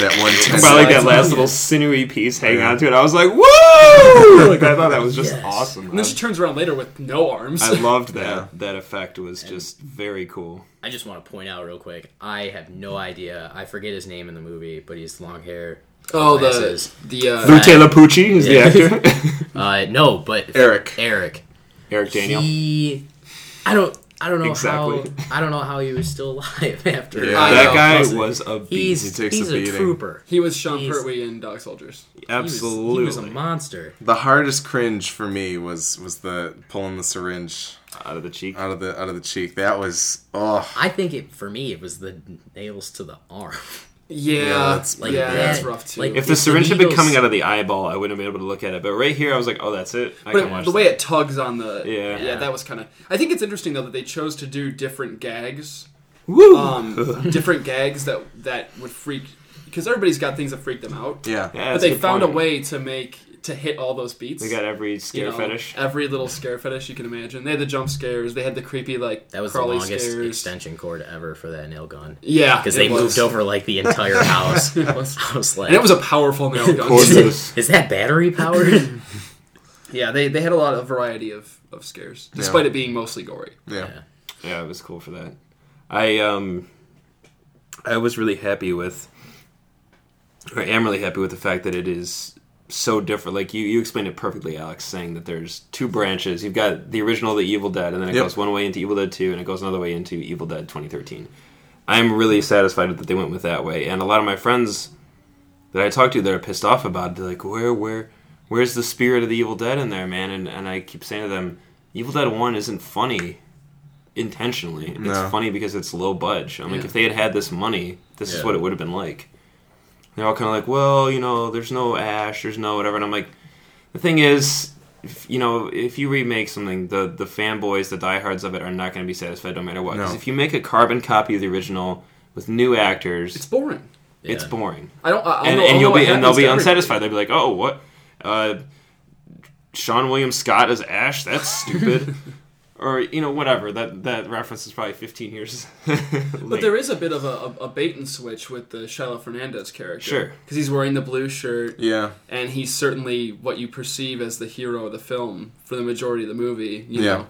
That one by ten. Well, like that Slides last on. little sinewy piece hanging Yeah. onto it, I was like, whoa! like I thought that was just Yes. awesome. And then Um, she turns around later with no arms. I loved that. Yeah. That effect was just very cool. I just want to point out real quick I have no idea I forget his name in the movie but he's long hair oh, the glasses. the uh, Lute Lapucci is Yeah. the actor. uh, no but Eric. Eric Eric Daniel. He, I don't. I don't know Exactly. how. I don't know how he was still alive after. Yeah. I that know. guy was a beast. He's He takes he's a a, beating. trooper. he was Sean He's- Pertwee in Dog Soldiers. He was- Absolutely. he was, a monster. The hardest cringe for me was was the pulling the syringe out of the cheek. out of the out of the cheek. That was oh I think it for me it was the nails to the arm. Yeah, yeah, that's that's, pretty bad. rough too. Like, if the the syringe had been needles- coming out of the eyeball, I wouldn't have been able to look at it. But right here, I was like, oh, that's it. I can But watch the that. way it tugs on the Yeah. yeah, that was kind of. I think it's interesting though that they chose to do different gags, Woo! um, different gags that that would freak because everybody's got things that freak them out. yeah. Yeah, but that's a they good found point. a way to make to hit all those beats. They got every you scare know, fetish. Every little scare fetish you can imagine. They had the jump scares. They had the creepy like That was crawly the longest scares. extension cord ever for that nail gun. Yeah, Because it they was. moved over like the entire house. It was. I was like, And it was a powerful nail gun. course. is, it- is that battery powered? yeah, they, they had a lot of variety of, of scares, despite it being mostly gory. yeah. Yeah. Yeah, it was cool for that. I um, I was really happy with, or am really happy with the fact that it is so different. Like you, you explained it perfectly, Alex, saying that there's two branches. You've got the original, The Evil Dead, and then it Yep. goes one way into Evil Dead Two, and it goes another way into Evil Dead 2013. I'm really satisfied that they went with that way, and a lot of my friends that I talked to that are pissed off about it, they're like, where, where, where's the spirit of the Evil Dead in there, man? And and I keep saying to them, Evil Dead One isn't funny intentionally. No. It's funny because it's low budge. I'm like, Yeah. if they had had this money, this is Yeah. what it would have been like. They're all kind of like, well, you know, there's no ash, there's no whatever, and I'm like, the thing is. If, you know, if you remake something, the the fanboys, the diehards of it, are not going to be satisfied no matter what. Because No. if you make a carbon copy of the original with new actors, It's it's, boring. Yeah. boring I don't. I, I and, don't know, and I don't know Oh, you'll be what and they'll happens be to everybody. unsatisfied. They'll be like, "Oh, what? Uh, Sean William Scott as Ash? That's stupid." or you know whatever that that reference is probably 15 years. But there is a bit of a, a, a bait and switch with the Shiloh Fernandez character. Sure. Because he's wearing the blue shirt, Yeah. and he's certainly what you perceive as the hero of the film for the majority of the movie. You Yeah. Know?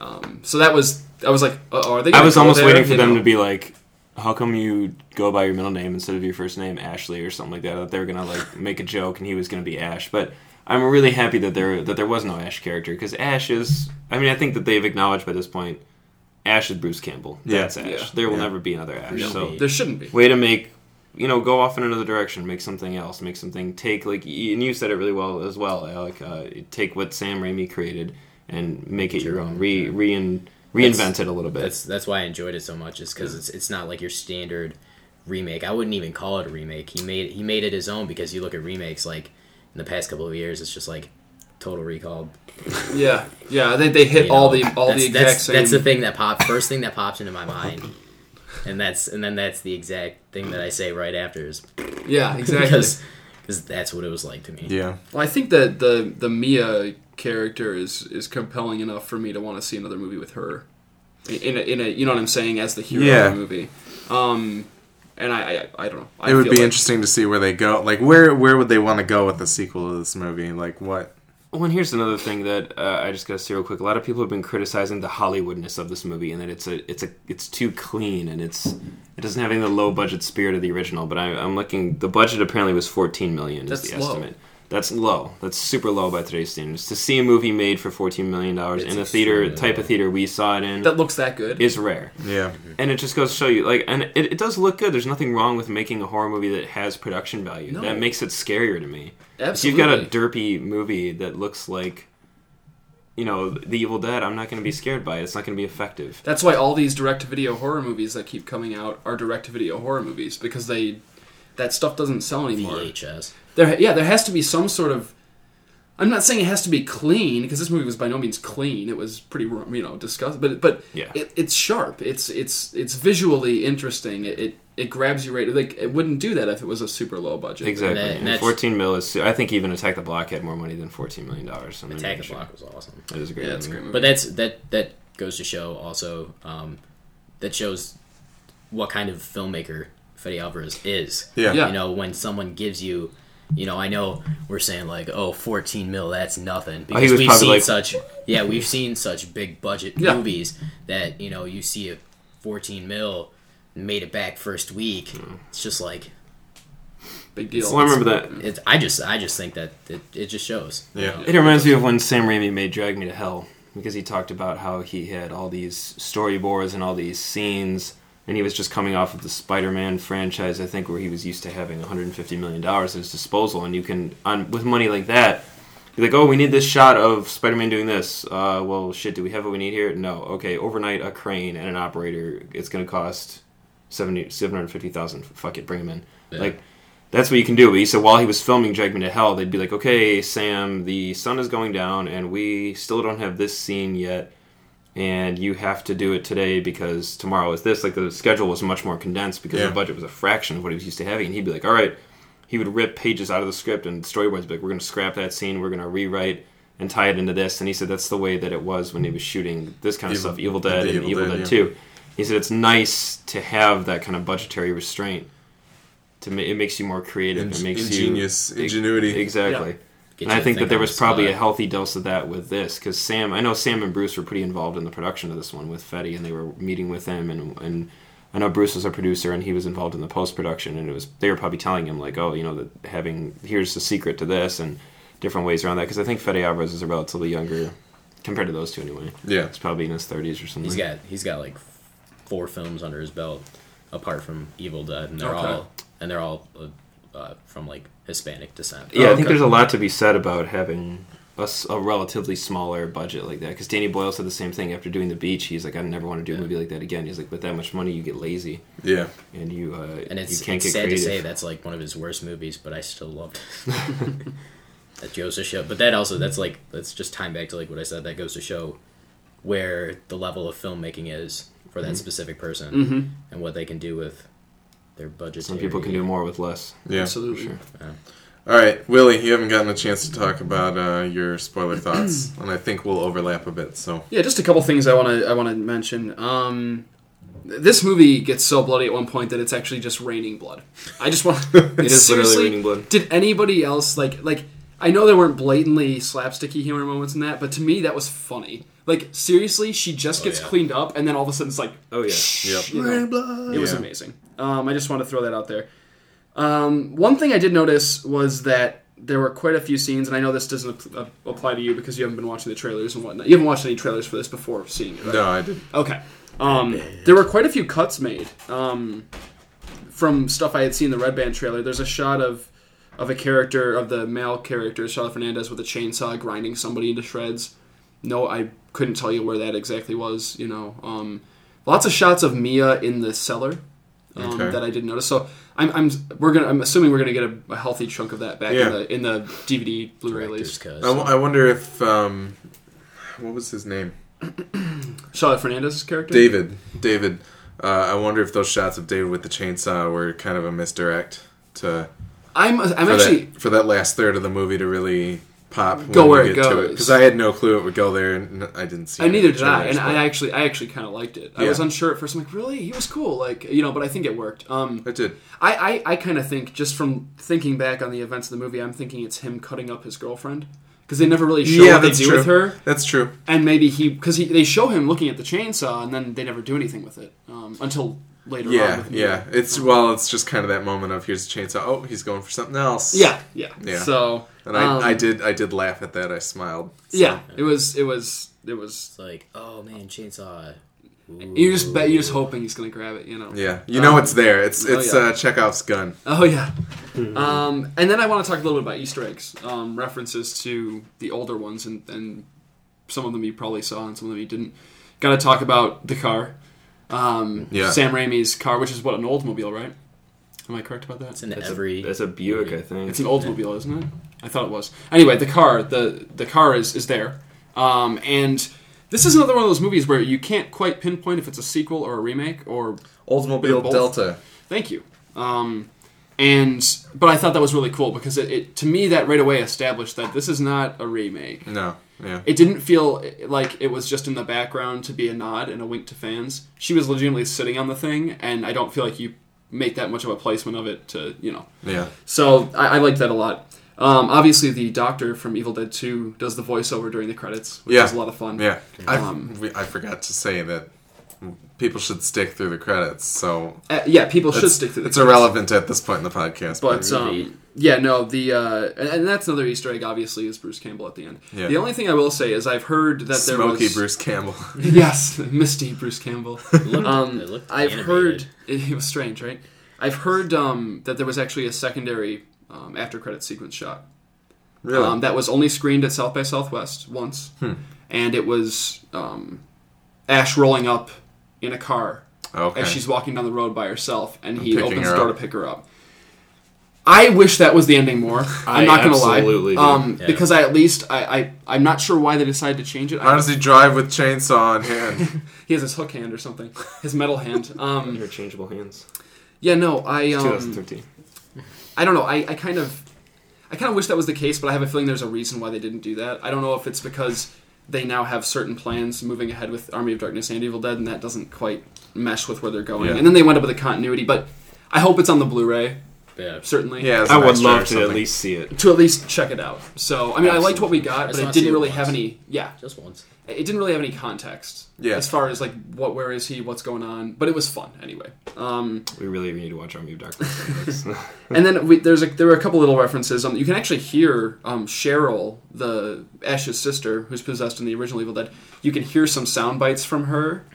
Um, so that was, I was like, oh, are they I gonna was go almost there? waiting for You them know? to be like, how come you go by your middle name instead of your first name, Ashley, or something like that? That they were gonna like make a joke and he was gonna be Ash. But I'm really happy that there that there was no Ash character because Ash is. I mean, I think that they've acknowledged by this point, Ash is Bruce Campbell. Yeah. That's Ash. Yeah. There will Yeah. never be another Ash. No. So There shouldn't be. way to make you know go off in another direction make something else make something take like y- and you said it really well as well alec uh, take what sam raimi created and make it your own re, re reinvent That's- it a little bit That's that's why I enjoyed it so much is because it's it's not like your standard remake. I wouldn't even call it a remake. He made he made it his own because you look at remakes like in the past couple of years, it's just like Total Recall. Yeah, yeah. I think they hit you all know. the all That's- the exact that's, same. That's the thing that popped first thing that pops into my mind, and that's and then that's the exact thing that I say right after is Yeah, exactly. because because that's what it was like to me. Yeah. Well, I think that the the Mia character is is compelling enough for me to want to see another movie with her. In a, in a you know what I'm saying as the hero Yeah. of the movie. Um, and I I, I don't know. I it would be feel like- interesting to see where they go. Like, where where would they want to go with the sequel to this movie? Like, what? Well, and here's another thing that uh, I just got to say real quick. A lot of people have been criticizing the Hollywoodness of this movie and that it's a it's a it's too clean and it's it doesn't have any of the low budget spirit of the original. But I, I'm looking. The budget apparently was 14 million. Is That's the low. estimate. That's low. That's super low by today's standards. To see a movie made for 14 million dollars It's in the theater extremely type of low. theater we saw it in that looks that good. is rare Yeah. and it just goes to show you like and it, it does look good there's nothing wrong with making a horror movie that has production value No. that makes it scarier to me if you've Absolutely. got a derpy movie that looks like you know the evil dead i'm not going to be scared by it it's not going to be effective That's why all these direct-to-video horror movies that keep coming out are direct-to-video horror movies because they that stuff doesn't sell anymore. VHS. There, yeah, there has to be some sort of. I'm not saying it has to be clean because this movie was by no means clean. It was pretty, you know, disgusting. But but Yeah. it, it's sharp. It's it's it's visually interesting. It it, it grabs you right. Like it wouldn't do that if it was a super low budget. exactly and and that's- 14 mil is i think even attack the block had more money than 14 million dollars I'm Attack the sure. Block was awesome. that is a great Yeah, it's a movie. great movie. Mm-hmm. But that's that that goes to show also um, that shows what kind of filmmaker Fede Alvarez is. Yeah. Yeah. You know, when someone gives you, you know, I know we're saying like, oh, 14 mil, that's nothing because Oh, was we've probably seen like- such yeah, we've seen such big budget Yeah. movies that you know you see a 14 mil made it back first week. Mm. It's just like Big deal. well, i remember that it, I just I just think that it, it just shows. you Yeah. know. It reminds me of when Sam Raimi made Drag Me to Hell because he talked about how he had all these storyboards and all these scenes, and he was just coming off of the Spider-Man franchise, I think, where he was used to having 150 million dollars at his disposal, and you can on with money like that. Be like, oh, we need this shot of Spider-Man doing this. Uh, well, shit, do we have what we need here? No. Okay, overnight a crane and an operator. It's gonna cost 70 750,000. Fuck it, bring him in. Yeah. Like, that's what you can do. But he said while he was filming Drag Me to Hell, they'd be like, okay, Sam, the sun is going down, and we still don't have this scene yet, and you have to do it today because tomorrow is this. Like the schedule was much more condensed because Yeah. the budget was a fraction of what he was used to having, and he'd be like, all right. He would rip pages out of the script and storyboards, be like, we're going to scrap that scene, we're going to rewrite and tie it into this. And he said that's the way that it was when he was shooting this kind of Evil- stuff, Evil Dead the and Evil Evil Dead, Dead, yeah. 2. He said it's nice to have that kind of budgetary restraint to ma- it makes you more creative. Ing- it makes ingenious you ingenuity. Exactly. Get And you I to think that there on was the probably spot. a healthy dose of that with this because Sam. I know Sam and Bruce were pretty involved in the production of this one with Fetty, and they were meeting with him and and. I know Bruce was a producer and he was involved in the post production, and it was they were probably telling him like, oh, you know, that having here's the secret to this and different ways around that because I think Fede Alvarez is a relatively younger compared to those two anyway. Yeah. He's probably in his thirties or something. He's got he's got like four films under his belt, apart from Evil Dead, and they're Okay. all and they're all uh, uh, from like Hispanic descent. Yeah, I think Okay. there's a lot to be said about having a, s- a relatively smaller budget like that. Because Danny Boyle said the same thing after doing The Beach. He's like, I never want to do a movie like that again. He's like, with that much money, you get lazy Yeah. and you uh, and it's, you it's can't get sad creative. to say that's like one of his worst movies, but I still loved it. that goes to show, but that also that's like that's just time back to like what I said. That goes to show where the level of filmmaking is for Mm-hmm. that specific person and what they can do with their budget. Some people Mm-hmm. can do more with less. Yeah. Absolutely. Sure. All right, Willie, you haven't gotten a chance to talk about uh, your spoiler thoughts, and I think we'll overlap a bit. So Yeah, just a couple things I want to I want to mention. Um, th- this movie gets so bloody at one point that it's actually just raining blood. I just want it is literally raining blood. Did anybody else like like I know there weren't blatantly slapsticky humor moments in that, but to me that was funny. Like seriously, she just gets yeah. cleaned up, and then all of a sudden it's like Oh yeah. Yep. you know, it was Yeah. amazing. Um, I just want to throw that out there. Um, one thing I did notice was that there were quite a few scenes, and I know this doesn't ap- apply to you because you haven't been watching the trailers and whatnot. You haven't watched any trailers for this before seeing it, right? no, I didn't. Okay. Um, there were quite a few cuts made um, from stuff I had seen in the Red Band trailer. There's a shot of of a character of the male character, Charlotte Fernandez, with a chainsaw grinding somebody into shreds. No, I couldn't tell you where that exactly was. You know, um, lots of shots of Mia in the cellar um, Okay. that I didn't notice. So I'm, I'm we're gonna I'm assuming we're gonna get a, a healthy chunk of that back Yeah. in the in the DVD Blu-ray Director's release. cut. I, w- I wonder if um, what was his name? Charlotte Fernandez's character, David. David. Uh, I wonder if those shots of David with the chainsaw were kind of a misdirect to I'm I'm for, actually that, for that last third of the movie to really pop. Go when where you it get to goes. Because I had no clue it would go there, and I didn't see. And any neither did I, trailers, and I but actually, I actually kind of liked it. I Yeah. was unsure at first. I'm like, really? He was cool, like you know. But I think it worked. Um, I did. I, I, I kind of think just from thinking back on the events of the movie, I'm thinking it's him cutting up his girlfriend because they never really show what they do true. with her, That's true. and maybe he because they show him looking at the chainsaw, and then they never do anything with it um, until later on. Yeah, With Mia. yeah. It's well, it's just kind of that moment of here's a chainsaw. Oh, he's going for something else. yeah, yeah, Yeah. So And I, um, I did I did laugh at that. I smiled. So, Yeah, it was, it was, it was. It's like, oh man, chainsaw. You just bet, you're just hoping he's gonna grab it, you know. Yeah. You know Um, it's there. It's oh, it's yeah. uh, Chekhov's gun. Oh yeah. Um, and then I want to talk a little bit about Easter eggs, um, references to the older ones, and, and some of them you probably saw, and some of them you didn't. Got to talk about the car, um, Yeah. Sam Raimi's car, which is what an Oldsmobile, right? Am I correct about that? It's in That's every. A, that's a Buick, I think. It's an Oldsmobile, isn't it? I thought it was. Anyway, the car, the the car is is there, um, and this is another one of those movies where you can't quite pinpoint if it's a sequel or a remake or They're Oldsmobile both- Delta. Thank you. Um, and but I thought that was really cool because it, it to me that right away established that this is not a remake. No. Yeah. It didn't feel like it was just in the background to be a nod and a wink to fans. She was legitimately sitting on the thing, and I don't feel like you make that much of a placement of it to you know. Yeah. So I, I liked that a lot. Um, obviously, the doctor from Evil Dead Two does the voiceover during the credits, which Yeah. is a lot of fun. Yeah, I, Um, we- I forgot to say that people should stick through the credits, so Uh, yeah. People should it's, stick to the it's credits. irrelevant at this point in the podcast. But Really? um, yeah, no, the uh, and, and that's another Easter egg. Obviously, is Bruce Campbell at the end. Yeah. The only thing I will say is I've heard that there Smokey was Bruce Campbell. yes, Misty Bruce Campbell. it Um, looked I've animated. heard it, it was strange, right? I've heard um, that there was actually a secondary um, after credit sequence shot really? Hmm. um, that was only screened at South by Southwest once, and it was um, Ash rolling up in a car okay. as she's walking down the road by herself, and he Picking opens her the door up. to pick her up. I wish that was the ending more. I'm I not gonna lie, absolutely do. um, Yeah. because I at least I, I I'm not sure why they decided to change it. How I, does he drive with chainsaw in hand? he has his hook hand or something, his metal hand. Um, Interchangeable hands. yeah, no, I um, 2013. I don't know. I, I kind of I kind of wish that was the case, but I have a feeling there's a reason why they didn't do that. I don't know if it's because they now have certain plans moving ahead with Army of Darkness and Evil Dead, and that doesn't quite mesh with where they're going. Yeah. And then they went up with the continuity, but I hope it's on the Blu-ray. Yeah. Certainly, yeah, as I an would extra or love to at something. least see it. to at least check it out. So I mean, I liked what we got, but Absolutely. it I saw didn't really it have once. any. Yeah, Just once. it didn't really have any context. Yeah. as far as like what, where is he, what's going on, but it was fun anyway. Um, We really need to watch Army of Darkness. and then we, there's a, there were a couple little references. Um, you can actually hear um, Cheryl, the Ash's sister, who's possessed in the original Evil Dead. You can hear some sound bites from her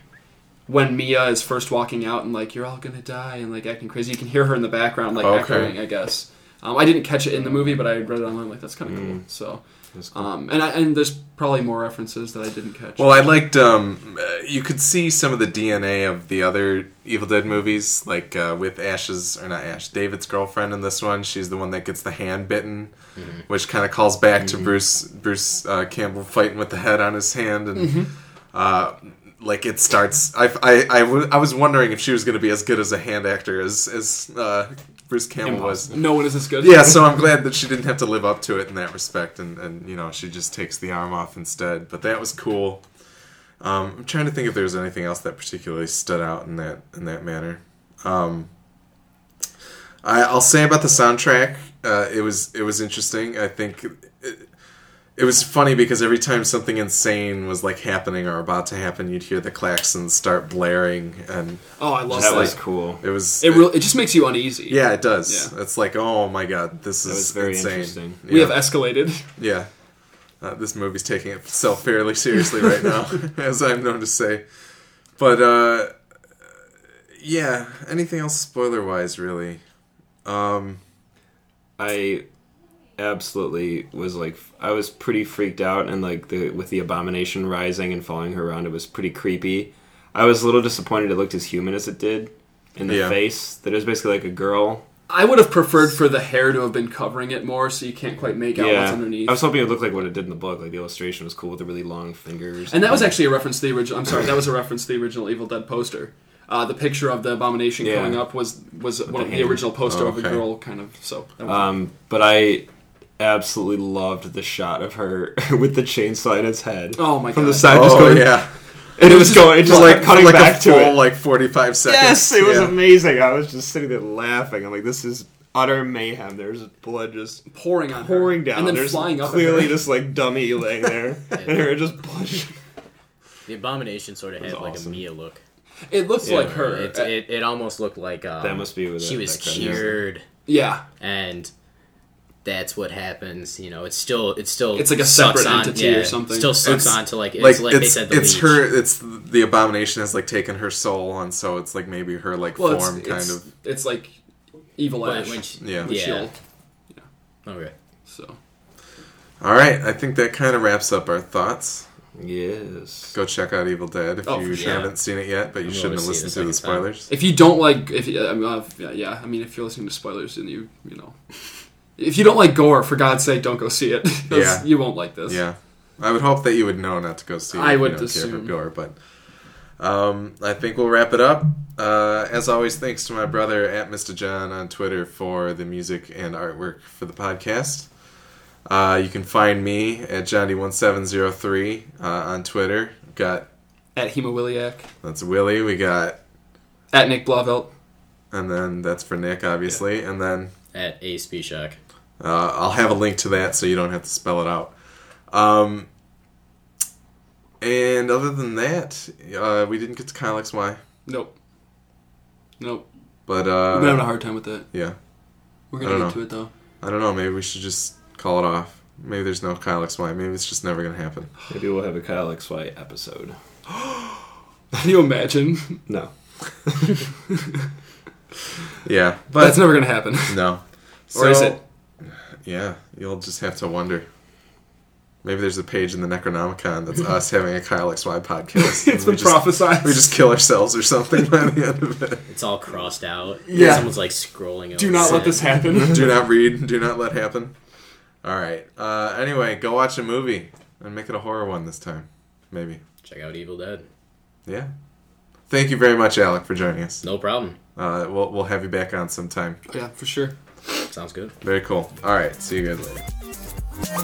when Mia is first walking out and like you're all gonna die and like acting crazy. You can hear her in the background like Okay. echoing, I guess. Um, I didn't catch it in the movie, but I read it online. Like that's kind of Mm. cool. So, That's cool. um, and I, and there's probably more references that I didn't catch. Well, I liked. Um, uh, you could see some of the DNA of the other Evil Dead movies, like uh, with Ash's or not Ash, David's girlfriend in this one. She's the one that gets the hand bitten, which kind of calls back to Bruce Bruce uh, Campbell fighting with the head on his hand, and uh, like it starts. I, I, I, w- I was wondering if she was going to be as good as a hand actor as as uh, Bruce Campbell was. No one is as good. Yeah, so I'm glad that she didn't have to live up to it in that respect, and and you know she just takes the arm off instead. But that was cool. Um, I'm trying to think if there was anything else that particularly stood out in that in that manner. Um, I, I'll say about the soundtrack, uh, it was it was interesting. I think it, it was funny because every time something insane was like happening or about to happen, you'd hear the klaxons start blaring, and Oh, I love That that. was cool. it was it really it just makes you uneasy. yeah, it does. Yeah. It's like oh my god, this is was very insane. interesting. Yeah. We have escalated. Yeah. Uh, this movie's taking itself fairly seriously right now, as I'm known to say. But, uh, yeah, anything else spoiler wise, really? Um, I absolutely was like I was pretty freaked out and like the with the abomination rising and following her around it was pretty creepy. I was a little disappointed it looked as human as it did in the Yeah. face. That it was basically like a girl. I would have preferred for the hair to have been covering it more, so you can't quite make out yeah. what's underneath. I was hoping it looked like what it did in the book. Like the illustration was cool with the really long fingers. and that was actually a reference to the original. I'm sorry, that was a reference to the original Evil Dead poster. Uh, the picture of the abomination Yeah. coming up was was one the of the hand. original poster Oh, of a okay. girl, kind of. So that was um but I absolutely loved the shot of her with the chainsaw in its head. Oh my From the God. side oh, Uh, just going yeah. and it was going it just For like cutting for back a to full, it. like 45 seconds. Yes, it was Yeah. amazing. I was just sitting there laughing. I'm like, this is utter mayhem. There's blood just pouring on her. Uh, pouring down. and then There's flying up. at clearly her. this like dummy laying there, and her just blood. The abomination sort of had like a awesome. Mia look. it looks Yeah, like her. It, Uh, it, it almost looked like um, That must be with she that- was that kind of- cured, yeah, and that's what happens. You know, it's still it's still It's like a sucks separate on- entity yeah, or something. Still sucks It's- on to like it's Like, like, it's, they said the it's leech. her, it's the abomination has like taken her soul on, so it's like maybe her like well, it's, form kind it's, of. it's like evil But ash. when she, Yeah. yeah, with shield, Okay. So All right, I think that kind of wraps up our thoughts. Yes. Go check out Evil Dead if Oh, for you sure. haven't seen it yet, but you I'm shouldn't have gonna see it listened a to the second time. spoilers. if you don't like, if you- I mean, uh, yeah, yeah, I mean, if you're listening to spoilers and you, you know, if you don't like gore, for God's sake, don't go see it. 'Cause Yeah. you won't like this. Yeah, I would hope that you would know not to go see. it I if you would don't care for assume. gore, but um, I think we'll wrap it up. Uh, as always, thanks to my brother at Mr. John on Twitter for the music and artwork for the podcast. Uh, you can find me at Johnny1703 uh, on Twitter. We've got At Hemowiliac, that's Willie. We got, at Nick Blavelt. and then that's for Nick, obviously, and then At Ace B Shock. Uh, I'll have a link to that so you don't have to spell it out. Um, and other than that, uh, we didn't get to Kyle XY, Nope. Nope. but uh, I'm having a hard time with that. yeah, We're I gonna don't get know. to it though. I don't know. Maybe we should just call it off. Maybe there's no Kyle XY. Maybe it's just never gonna happen. Maybe we'll have a Kyle XY episode. Can you imagine? No. Yeah, but That's never gonna happen. no. Or is it? Yeah, you'll just have to wonder. Maybe there's a page in the Necronomicon that's us having a Kyle XY podcast. and it's been we just, prophesized. we just kill ourselves or something by the end of it. It's all crossed out. Yeah. Someone's like scrolling. Do not let this happen. do not read. Do not let happen. All right. Uh, anyway, go watch a movie and make it a horror one this time, maybe. Check out Evil Dead. Yeah. Thank you very much, Alec, for joining us. No problem. Uh, we'll we'll have you back on sometime. yeah, for sure. Sounds good. Very cool. All right. See you guys later.